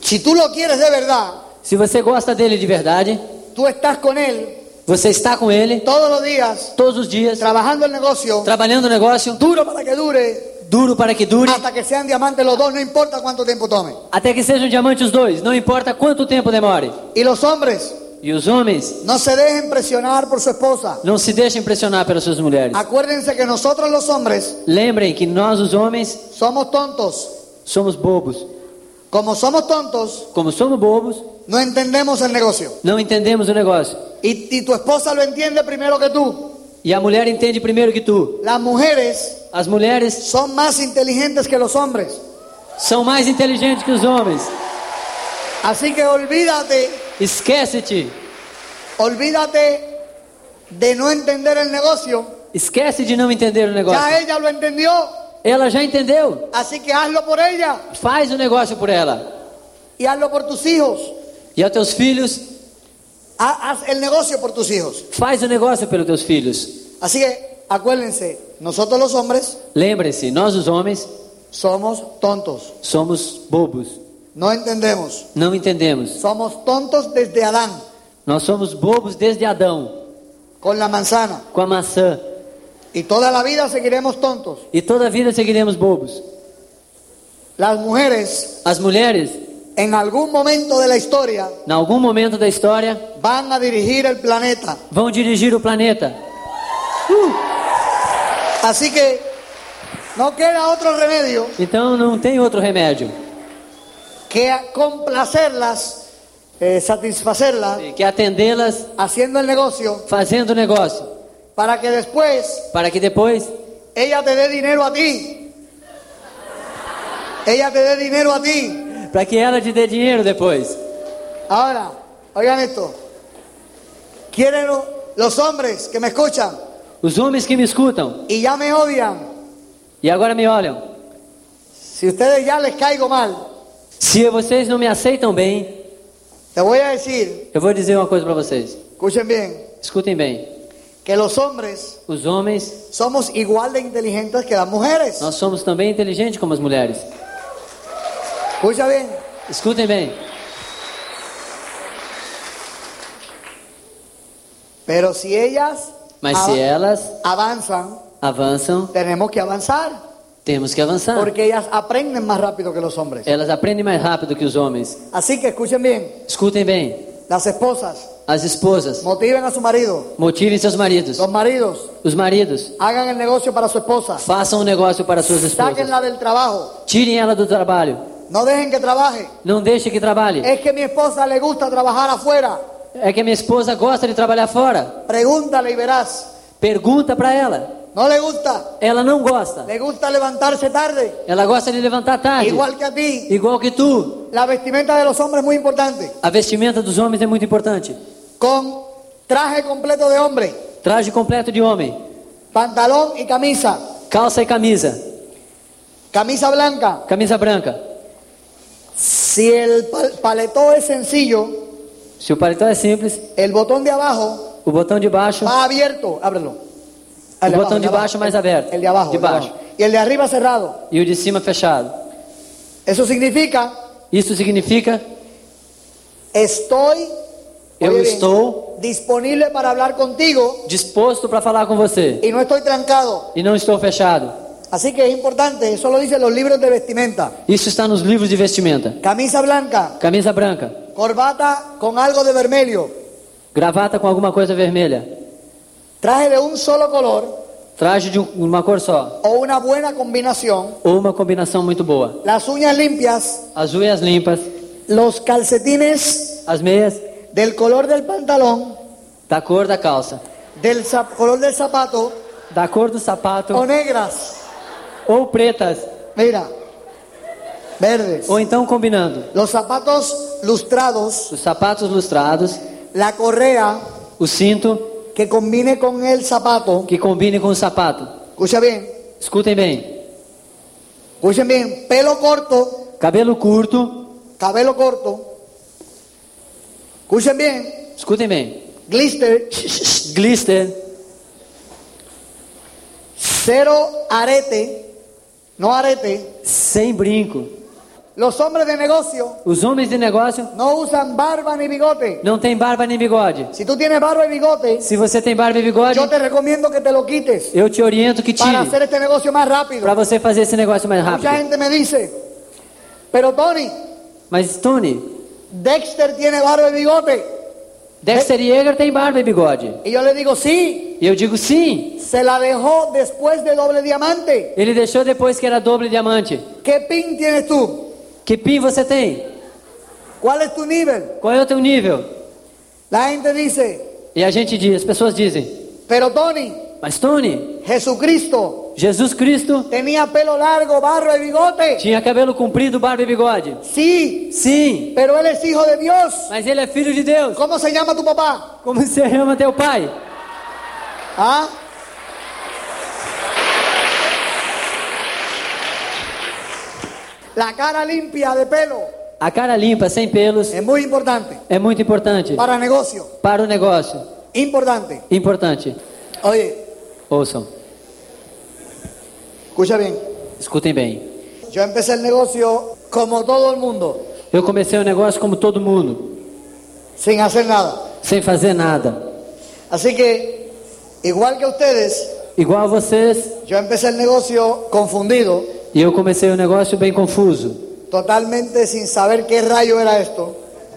Speaker 2: Si tú lo quieres de verdad,
Speaker 3: Se você gosta dele de verdade,
Speaker 2: tú estás con él
Speaker 3: você está com ele
Speaker 2: todos los días,
Speaker 3: todos os dias,
Speaker 2: trabajando el negocio,
Speaker 3: trabalhando o negócio,
Speaker 2: duro para que dure,
Speaker 3: duro para que dure,
Speaker 2: hasta que sean diamantes los dos, no importa cuánto tiempo tome.
Speaker 3: até que sejam diamantes os dois, não importa quanto tempo demore.
Speaker 2: Y los hombres,
Speaker 3: E os homens
Speaker 2: no se dejen presionar por su esposa.
Speaker 3: não se deixem impressionar pelas suas mulheres.
Speaker 2: Acuérdense que nosotros los hombres
Speaker 3: Lembrem que nós, os homens,
Speaker 2: somos tontos.
Speaker 3: somos bobos.
Speaker 2: Como somos tontos,
Speaker 3: Como somos bobos,
Speaker 2: no entendemos el negocio.
Speaker 3: não entendemos o negócio.
Speaker 2: Y, y tu esposa lo entiende primero que tú.
Speaker 3: E a mulher entende primeiro que tu.
Speaker 2: Las mujeres
Speaker 3: As mulheres
Speaker 2: son más inteligentes que los hombres.
Speaker 3: são mais inteligentes que os homens.
Speaker 2: Así que olvídate,
Speaker 3: Esquece-te.
Speaker 2: olvídate de no entender el negocio.
Speaker 3: Esquece de não entender
Speaker 2: Ya
Speaker 3: o negócio.
Speaker 2: ella lo entendió,
Speaker 3: Ela já entendeu.
Speaker 2: así que hazlo por ella
Speaker 3: Faz o negócio por ela.
Speaker 2: y hazlo por tus hijos.
Speaker 3: E aos teus filhos,
Speaker 2: Ha- Haz el negocio por tus hijos.
Speaker 3: faz o negócio pelos teus filhos.
Speaker 2: Así que acuérdense, nosotros los hombres
Speaker 3: Lembrem-se, nós, os homens,
Speaker 2: somos tontos,
Speaker 3: somos bobos.
Speaker 2: no entendemos.
Speaker 3: Não entendemos.
Speaker 2: Somos tontos desde Adán,
Speaker 3: Nós somos bobos desde Adão,
Speaker 2: con la manzana,
Speaker 3: com a maçã.
Speaker 2: y toda la vida seguiremos tontos.
Speaker 3: E toda a vida seguiremos bobos.
Speaker 2: Las mujeres
Speaker 3: As mulheres,
Speaker 2: en algún momento de la historia
Speaker 3: em algum momento da história,
Speaker 2: van a dirigir el planeta.
Speaker 3: vão dirigir o planeta.
Speaker 2: Así que no queda otro remedio
Speaker 3: Então não tem outro remédio
Speaker 2: que a- complacerlas, eh, satisfacerlas,
Speaker 3: que atendê-las
Speaker 2: haciendo el negocio,
Speaker 3: fazendo o negócio,
Speaker 2: para que después
Speaker 3: para que depois
Speaker 2: ella te dé dinero a ti. Ella te dé dinero a ti.
Speaker 3: para que ela te dê dinheiro depois.
Speaker 2: Ahora, oigan esto. Quieren lo- los hombres que me escuchan
Speaker 3: Os homens que me escutam
Speaker 2: y ya me odian,
Speaker 3: e agora me olham,
Speaker 2: si ustedes ya les caigo mal,
Speaker 3: se vocês não me aceitam bem,
Speaker 2: te voy a decir,
Speaker 3: eu vou dizer uma coisa para vocês.
Speaker 2: escuchen bien,
Speaker 3: Escutem bem.
Speaker 2: que los hombres
Speaker 3: Os homens,
Speaker 2: somos igual de inteligentes que las mujeres.
Speaker 3: nós somos também inteligentes como as mulheres.
Speaker 2: Escucha bien.
Speaker 3: Escutem bem.
Speaker 2: Pero si ellas
Speaker 3: Mas
Speaker 2: av-
Speaker 3: se elas
Speaker 2: avanzan,
Speaker 3: avançam,
Speaker 2: tenemos que avanzar,
Speaker 3: temos que avançar.
Speaker 2: porque ellas aprenden más rápido que los hombres.
Speaker 3: Elas aprendem mais rápido que os homens.
Speaker 2: Así que escuchen bien,
Speaker 3: Escutem bem.
Speaker 2: las esposas
Speaker 3: As esposas,
Speaker 2: motiven a su marido,
Speaker 3: motivem seus maridos.
Speaker 2: los maridos
Speaker 3: Os maridos,
Speaker 2: hagan el negocio para su esposa,
Speaker 3: façam um negócio para suas esposas.
Speaker 2: sáquenla del trabajo,
Speaker 3: Tirem ela do trabalho.
Speaker 2: no dejen que trabaje.
Speaker 3: Não deixe que trabalhe.
Speaker 2: Es que mi esposa le gusta trabajar afuera,
Speaker 3: É que a minha esposa gosta de trabalhar fora.
Speaker 2: pregúntale y verás.
Speaker 3: Pergunta pra ela.
Speaker 2: No le gusta,
Speaker 3: Ela não gosta.
Speaker 2: le gusta levantarse tarde,
Speaker 3: Ela gosta de levantar tarde.
Speaker 2: igual que a ti.
Speaker 3: Igual que tu.
Speaker 2: La vestimenta de los hombres es muy importante,
Speaker 3: A vestimenta dos homens é muito importante.
Speaker 2: con traje completo de hombre.
Speaker 3: Traje completo de homem.
Speaker 2: Pantalón y camisa.
Speaker 3: Calça e camisa.
Speaker 2: Camisa blanca.
Speaker 3: Camisa branca.
Speaker 2: Si el pal- paletó es sencillo,
Speaker 3: Se o paletó é simples,
Speaker 2: el botón de abajo
Speaker 3: o botão de baixo
Speaker 2: va abierto. Ábrelo.
Speaker 3: El
Speaker 2: de
Speaker 3: botón
Speaker 2: abajo, el
Speaker 3: de baixo más
Speaker 2: el-
Speaker 3: abierto.
Speaker 2: El de abajo.
Speaker 3: De
Speaker 2: el de
Speaker 3: bajo.
Speaker 2: abajo. Y el de arriba cerrado.
Speaker 3: e o de cima fechado.
Speaker 2: Eso significa,
Speaker 3: Isso significa
Speaker 2: estoy
Speaker 3: Eu
Speaker 2: oye bien,
Speaker 3: estou-
Speaker 2: disponible para hablar contigo
Speaker 3: disposto para falar com você
Speaker 2: y no estoy trancado.
Speaker 3: e não estou fechado.
Speaker 2: Así que es importante, eso lo dicen los libros de vestimenta.
Speaker 3: Isso está nos livros de vestimenta.
Speaker 2: Camisa blanca,
Speaker 3: Camisa branca,
Speaker 2: corbata con algo de vermelho,
Speaker 3: gravata com alguma coisa vermelha,
Speaker 2: traje de un solo color
Speaker 3: traje de um- uma cor só,
Speaker 2: o una buena combinación,
Speaker 3: ou uma combinação muito boa.
Speaker 2: las uñas limpias,
Speaker 3: As unhas limpas,
Speaker 2: los calcetines
Speaker 3: as meias
Speaker 2: del color del pantalón,
Speaker 3: da cor da calça,
Speaker 2: del zap- color del zapato
Speaker 3: da cor do sapato,
Speaker 2: o negras.
Speaker 3: ou pretas,
Speaker 2: Mira, verdes.
Speaker 3: ou então combinando
Speaker 2: Los zapatos lustrados,
Speaker 3: os sapatos lustrados,
Speaker 2: la correa
Speaker 3: o cinto
Speaker 2: que combine con el zapato.
Speaker 3: que combine com o sapato.
Speaker 2: Escucha bien,
Speaker 3: Escutem bem:
Speaker 2: escuchen bien. Pelo corto,
Speaker 3: cabelo curto,
Speaker 2: cabello corto. Escuchen bien,
Speaker 3: escutem bem,
Speaker 2: glister,
Speaker 3: glister,
Speaker 2: cero arete, no arete.
Speaker 3: sem brinco.
Speaker 2: Los hombres de negocio
Speaker 3: Os homens de negócio
Speaker 2: no usan barba ni bigote.
Speaker 3: não têm barba nem bigode.
Speaker 2: Si tú tienes barba y bigote,
Speaker 3: Se você tem barba e bigode,
Speaker 2: yo te recomiendo que te lo quites
Speaker 3: eu te oriento que
Speaker 2: para
Speaker 3: tire.
Speaker 2: hacer este negocio más rápido.
Speaker 3: Pra você fazer esse negócio mais
Speaker 2: Mucha
Speaker 3: rápido.
Speaker 2: gente me dice, pero Tony,
Speaker 3: Mas Tony,
Speaker 2: Dexter tiene barba y bigote.
Speaker 3: Dexter Yeager tem barba e bigode.
Speaker 2: Y yo le digo, sí,
Speaker 3: E eu digo sim.
Speaker 2: se la dejó después de doble diamante.
Speaker 3: Ele deixou depois que era doble diamante.
Speaker 2: ¿Qué pin tienes tú?
Speaker 3: Que pin você tem?
Speaker 2: ¿Cuál es tu nivel?
Speaker 3: Qual é o teu nível?
Speaker 2: La gente dice,
Speaker 3: E a gente diz, as pessoas dizem,
Speaker 2: pero Tony,
Speaker 3: mas Tony,
Speaker 2: Jesucristo
Speaker 3: Jesus Cristo
Speaker 2: tenía pelo largo, barba y bigote.
Speaker 3: tinha cabelo comprido, barba e bigode.
Speaker 2: Sí,
Speaker 3: Sim,
Speaker 2: pero él es hijo de Dios.
Speaker 3: mas ele é filho de Deus.
Speaker 2: ¿Cómo se llama tu papá?
Speaker 3: Como você ama teu pai?
Speaker 2: ¿Ah? La cara limpia de pelo
Speaker 3: A cara limpa, sem pelos,
Speaker 2: es muy importante
Speaker 3: é muito importante
Speaker 2: para negocio.
Speaker 3: para o negócio.
Speaker 2: Importante.
Speaker 3: Importante.
Speaker 2: Oye,
Speaker 3: Ouçam,
Speaker 2: escucha bien.
Speaker 3: escutem bem.
Speaker 2: Yo empecé el negocio como todo el mundo,
Speaker 3: Eu comecei o negócio como todo mundo.
Speaker 2: sin hacer nada.
Speaker 3: sem fazer nada.
Speaker 2: Así que, igual que ustedes,
Speaker 3: Igual vocês,
Speaker 2: yo empecé el negocio confundido,
Speaker 3: e eu comecei o negócio bem confuso.
Speaker 2: totalmente sin saber qué rayo era esto.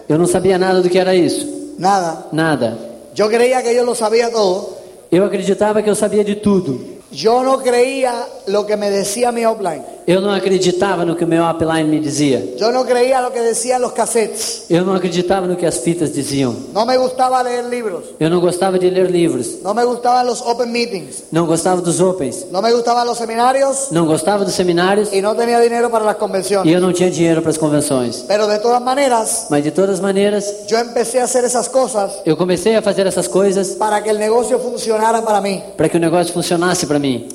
Speaker 3: Eu não sabia nada do que era isso,
Speaker 2: Nada.
Speaker 3: nada.
Speaker 2: Yo creía que yo lo sabía todo.
Speaker 3: Eu acreditava que eu sabia de tudo.
Speaker 2: Yo no creía lo que me decía mi offline.
Speaker 3: Eu não acreditava no que o meu upline me dizia.
Speaker 2: Yo no creía lo que decían los cassettes.
Speaker 3: Eu não acreditava no que as fitas diziam.
Speaker 2: No me gustaba leer libros.
Speaker 3: Eu não gostava de ler livros.
Speaker 2: No me gustaban los open meetings.
Speaker 3: Não gostava dos opens.
Speaker 2: No me gustaban los seminarios.
Speaker 3: Não gostava dos seminários.
Speaker 2: Y no tenía dinero para las
Speaker 3: E
Speaker 2: convenciones.
Speaker 3: eu não tinha dinheiro para as convenções.
Speaker 2: Pero de todas maneras,
Speaker 3: Mas de todas as maneiras,
Speaker 2: Yo empecé a hacer esas cosas
Speaker 3: eu comecei a fazer essas coisas
Speaker 2: para que el negocio funcionara para mí.
Speaker 3: para que o negócio funcionasse para mim.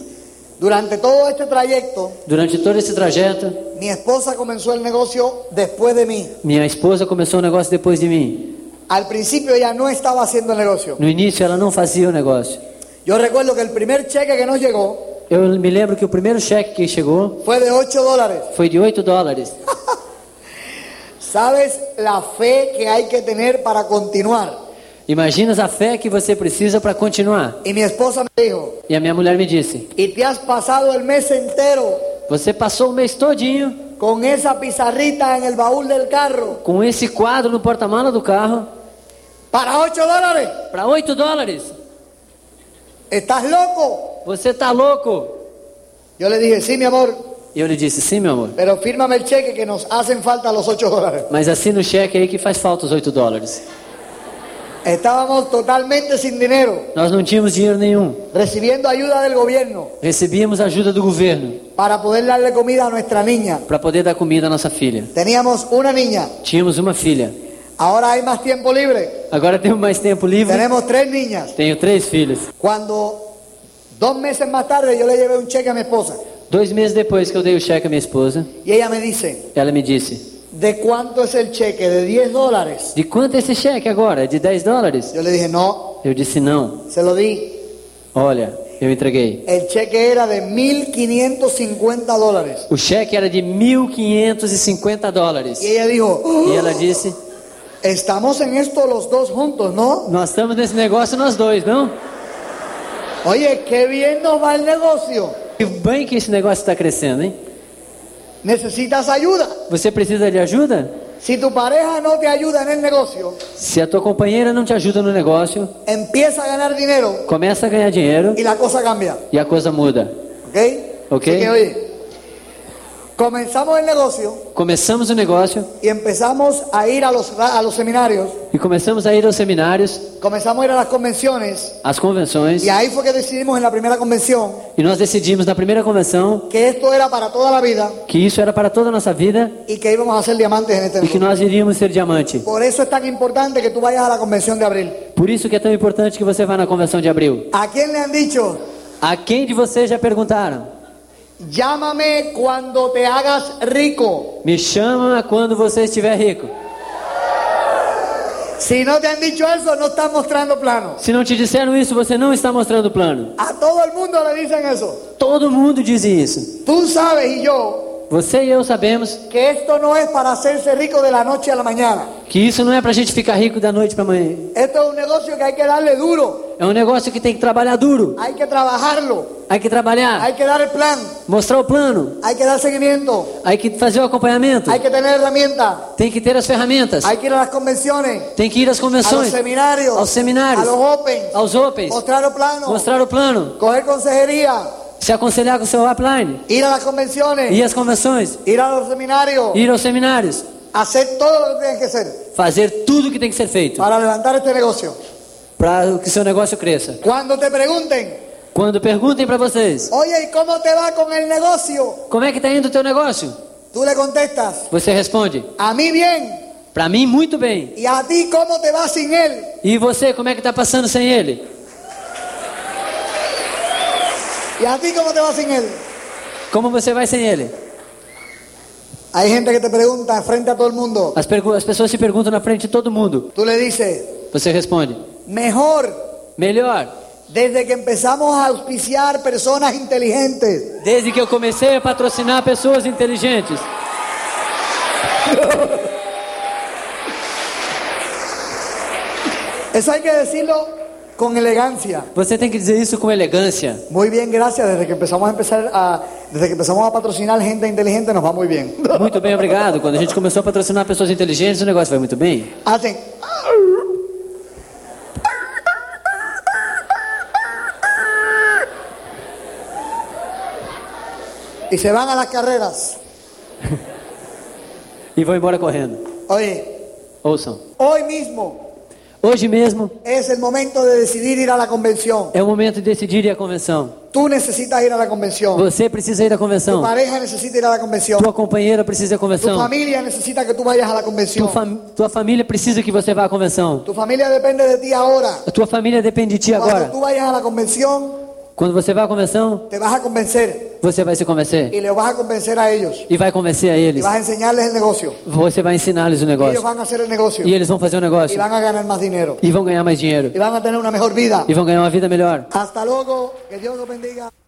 Speaker 2: Durante todo este trayecto,
Speaker 3: Durante todo esse trajeto,
Speaker 2: mi esposa comenzó el negocio después de mí.
Speaker 3: minha esposa começou o negócio depois de mim.
Speaker 2: Al principio ella no estaba haciendo el negocio.
Speaker 3: No início ela não fazia o negócio.
Speaker 2: Yo recuerdo que el primer cheque que nos llegó
Speaker 3: Eu me lembro que o primeiro cheque que chegou
Speaker 2: fue de 8 dólares.
Speaker 3: foi de 8 dólares.
Speaker 2: ¿Sabes la fe que hay que tener para continuar?
Speaker 3: Imaginas a fé que você precisa para continuar.
Speaker 2: Y mi esposa me dijo,
Speaker 3: E a minha mulher me disse:
Speaker 2: y te has pasado el mes entero
Speaker 3: Você passou o mês todinho
Speaker 2: con esa pizarrita en el baúl del carro
Speaker 3: com esse quadro no porta-mala do carro
Speaker 2: para 8 dólares.
Speaker 3: para 8 dólares.
Speaker 2: ¿Estás loco?
Speaker 3: Você tá louco?
Speaker 2: Yo le dije, sí, mi amor,
Speaker 3: E eu lhe disse: Sim, meu amor.
Speaker 2: Pero fírmame el cheque que nos hacen falta los 8 dólares.
Speaker 3: Mas assina o cheque aí que faz falta os 8 dólares.
Speaker 2: Estábamos totalmente sin dinero,
Speaker 3: Nós não tínhamos dinheiro nenhum.
Speaker 2: recibiendo ayuda del gobierno
Speaker 3: Recebíamos ajuda do governo
Speaker 2: para poder darle comida a nuestra niña.
Speaker 3: para poder dar comida à nossa filha.
Speaker 2: Teníamos una niña,
Speaker 3: Tínhamos uma filha.
Speaker 2: ahora hay más tiempo libre.
Speaker 3: Agora temos mais tempo livre.
Speaker 2: Tenemos tres niñas.
Speaker 3: Tenho três filhos.
Speaker 2: Cuando dos meses más tarde yo le llevé un cheque a mi esposa
Speaker 3: Dois meses depois que eu dei o cheque à minha esposa,
Speaker 2: y ella me dice,
Speaker 3: ela me disse:
Speaker 2: ¿de cuánto es el cheque? ¿De 10 dólares?
Speaker 3: De quanto é esse cheque agora? De 10 dólares?
Speaker 2: Yo le dije, no,
Speaker 3: Eu disse: Não.
Speaker 2: se lo di.
Speaker 3: Olha, eu entreguei.
Speaker 2: El cheque era de 1.550 dólares.
Speaker 3: O cheque era de 1.550 dólares.
Speaker 2: Y ella dijo,
Speaker 3: E ela disse:
Speaker 2: Estamos en esto los dos juntos, ¿no?
Speaker 3: Nós estamos nesse negócio nós dois, não?
Speaker 2: Oye, qué bien nos va el negocio.
Speaker 3: Que bem que esse negócio está crescendo, hein?
Speaker 2: Necesitas ayuda.
Speaker 3: Você precisa de ajuda?
Speaker 2: Si tu pareja no te ayuda en el negocio,
Speaker 3: Se a tua companheira não te ajuda no negócio,
Speaker 2: empieza a ganar dinero
Speaker 3: começa a ganhar dinheiro
Speaker 2: y la cosa cambia.
Speaker 3: e a coisa muda.
Speaker 2: ¿Ok?
Speaker 3: Ok.
Speaker 2: Así que, oye, comenzamos el negocio
Speaker 3: Começamos o negócio
Speaker 2: y empezamos a ir a los, a los seminarios,
Speaker 3: e começamos a ir aos seminários,
Speaker 2: comenzamos a ir a las convenciones.
Speaker 3: às convenções,
Speaker 2: Y ahí fue que decidimos en la primera convención
Speaker 3: e nós decidimos na primeira convenção
Speaker 2: que esto era para toda la vida
Speaker 3: que isso era para toda a nossa vida
Speaker 2: y que íbamos a ser diamantes en este
Speaker 3: e
Speaker 2: negocio.
Speaker 3: que nós iríamos ser diamante.
Speaker 2: Por eso es tan importante que tú vayas a la convención de abril.
Speaker 3: Por isso que é tão importante que você vá na convenção de abril.
Speaker 2: ¿A quién le han dicho?
Speaker 3: A quem de vocês já perguntaram?
Speaker 2: Llámame cuando te hagas rico.
Speaker 3: Me chama quando você estiver rico.
Speaker 2: Si no te han dicho eso, no estás mostrando planos.
Speaker 3: Se não te disseram isso, você não está mostrando o plano.
Speaker 2: A todo el mundo le dicen eso.
Speaker 3: Todo mundo diz isso.
Speaker 2: Tú sabes y yo
Speaker 3: Você e eu sabemos
Speaker 2: que esto no es para hacerse rico de la noche a la mañana.
Speaker 3: que isso não é pra gente ficar rico da noite pra manhã.
Speaker 2: Esto es un negocio que hay que darle duro,
Speaker 3: É um negócio que tem que trabalhar duro.
Speaker 2: hay que trabajarlo,
Speaker 3: Aí que trabalhar,
Speaker 2: hay que dar el plan,
Speaker 3: mostrar o plano,
Speaker 2: hay que dar seguimiento,
Speaker 3: aí que fazer o acompanhamento,
Speaker 2: hay que tener herramientas,
Speaker 3: tem que ter as ferramentas,
Speaker 2: hay que ir a las convenciones,
Speaker 3: tem que ir às
Speaker 2: a los
Speaker 3: convenções,
Speaker 2: seminarios,
Speaker 3: aos seminários,
Speaker 2: a los opens,
Speaker 3: aos opens,
Speaker 2: mostrar el plano,
Speaker 3: mostrar o plano,
Speaker 2: coger consejería,
Speaker 3: se aconselhar com o seu upline,
Speaker 2: ir a las convenciones,
Speaker 3: ir às convenções,
Speaker 2: ir a los seminarios,
Speaker 3: ir aos seminários,
Speaker 2: hacer todo lo que tienes que hacer
Speaker 3: fazer tudo o que tem que ser feito
Speaker 2: para levantar este negocio.
Speaker 3: para que seu negócio cresça.
Speaker 2: Cuando te pregunten,
Speaker 3: Quando perguntem pra vocês,
Speaker 2: oye, ¿y cómo te va con el negocio?
Speaker 3: como é que tá indo o teu negócio?
Speaker 2: Tú le contestas,
Speaker 3: Você responde,
Speaker 2: a mí bien,
Speaker 3: pra mim muito bem.
Speaker 2: y a ti cómo te va sin él.
Speaker 3: E você, como é que tá passando sem ele?
Speaker 2: Y a ti cómo te va sin él.
Speaker 3: Como você vai sem ele?
Speaker 2: Hay gente que te pregunta frente a todo el mundo.
Speaker 3: As, pergu- as pessoas se perguntam na frente de todo mundo.
Speaker 2: Tú le dices,
Speaker 3: Você responde,
Speaker 2: mejor,
Speaker 3: melhor.
Speaker 2: desde que empezamos a auspiciar personas inteligentes.
Speaker 3: Desde que eu comecei a patrocinar pessoas inteligentes,
Speaker 2: Eso hay que decirlo con elegancia.
Speaker 3: você tem que dizer isso com elegância.
Speaker 2: Muy bien, gracias. Desde que empezamos a empezar a, desde que empezamos a patrocinar gente inteligente nos va muy bien.
Speaker 3: Muito bem, obrigado. Quando a gente começou a patrocinar pessoas inteligentes, o negócio vai muito bem.
Speaker 2: Hacen. Y se van a las carreras.
Speaker 3: E vão embora correndo.
Speaker 2: Oye,
Speaker 3: Ouçam.
Speaker 2: hoy mismo
Speaker 3: Hoje mesmo
Speaker 2: es el momento de decidir ir a la convención.
Speaker 3: é o momento de decidir ir à convenção.
Speaker 2: Tú necesitas ir a la convención.
Speaker 3: Você precisa ir à
Speaker 2: Tu
Speaker 3: convenção.
Speaker 2: pareja necesita ir a la convención.
Speaker 3: Tua companheira precisa ir à
Speaker 2: Tu
Speaker 3: convenção.
Speaker 2: familia necesita que tú vayas a la
Speaker 3: Tua,
Speaker 2: convención.
Speaker 3: fam- tua família precisa que você vá à convenção.
Speaker 2: Tu familia depende de ti ahora.
Speaker 3: A tua família depende de ti
Speaker 2: Cuando
Speaker 3: agora.
Speaker 2: tú vayas a la convención,
Speaker 3: Quando você vai à convenção,
Speaker 2: te vas a convencer.
Speaker 3: você vai se convencer.
Speaker 2: Y le vas a convencer a ellos.
Speaker 3: E vai convencer a
Speaker 2: Y
Speaker 3: eles.
Speaker 2: vas a enseñarles el negocio.
Speaker 3: Você vai ensinar-lhes o
Speaker 2: Ellos
Speaker 3: negócio.
Speaker 2: van a hacer el negocio.
Speaker 3: E eles vão fazer o
Speaker 2: y
Speaker 3: negócio.
Speaker 2: van a ganar más dinero
Speaker 3: E vão ganhar mais dinheiro.
Speaker 2: y van a tener una mejor vida.
Speaker 3: e vão ganhar uma vida melhor.
Speaker 2: Hasta luego, que Dios los bendiga.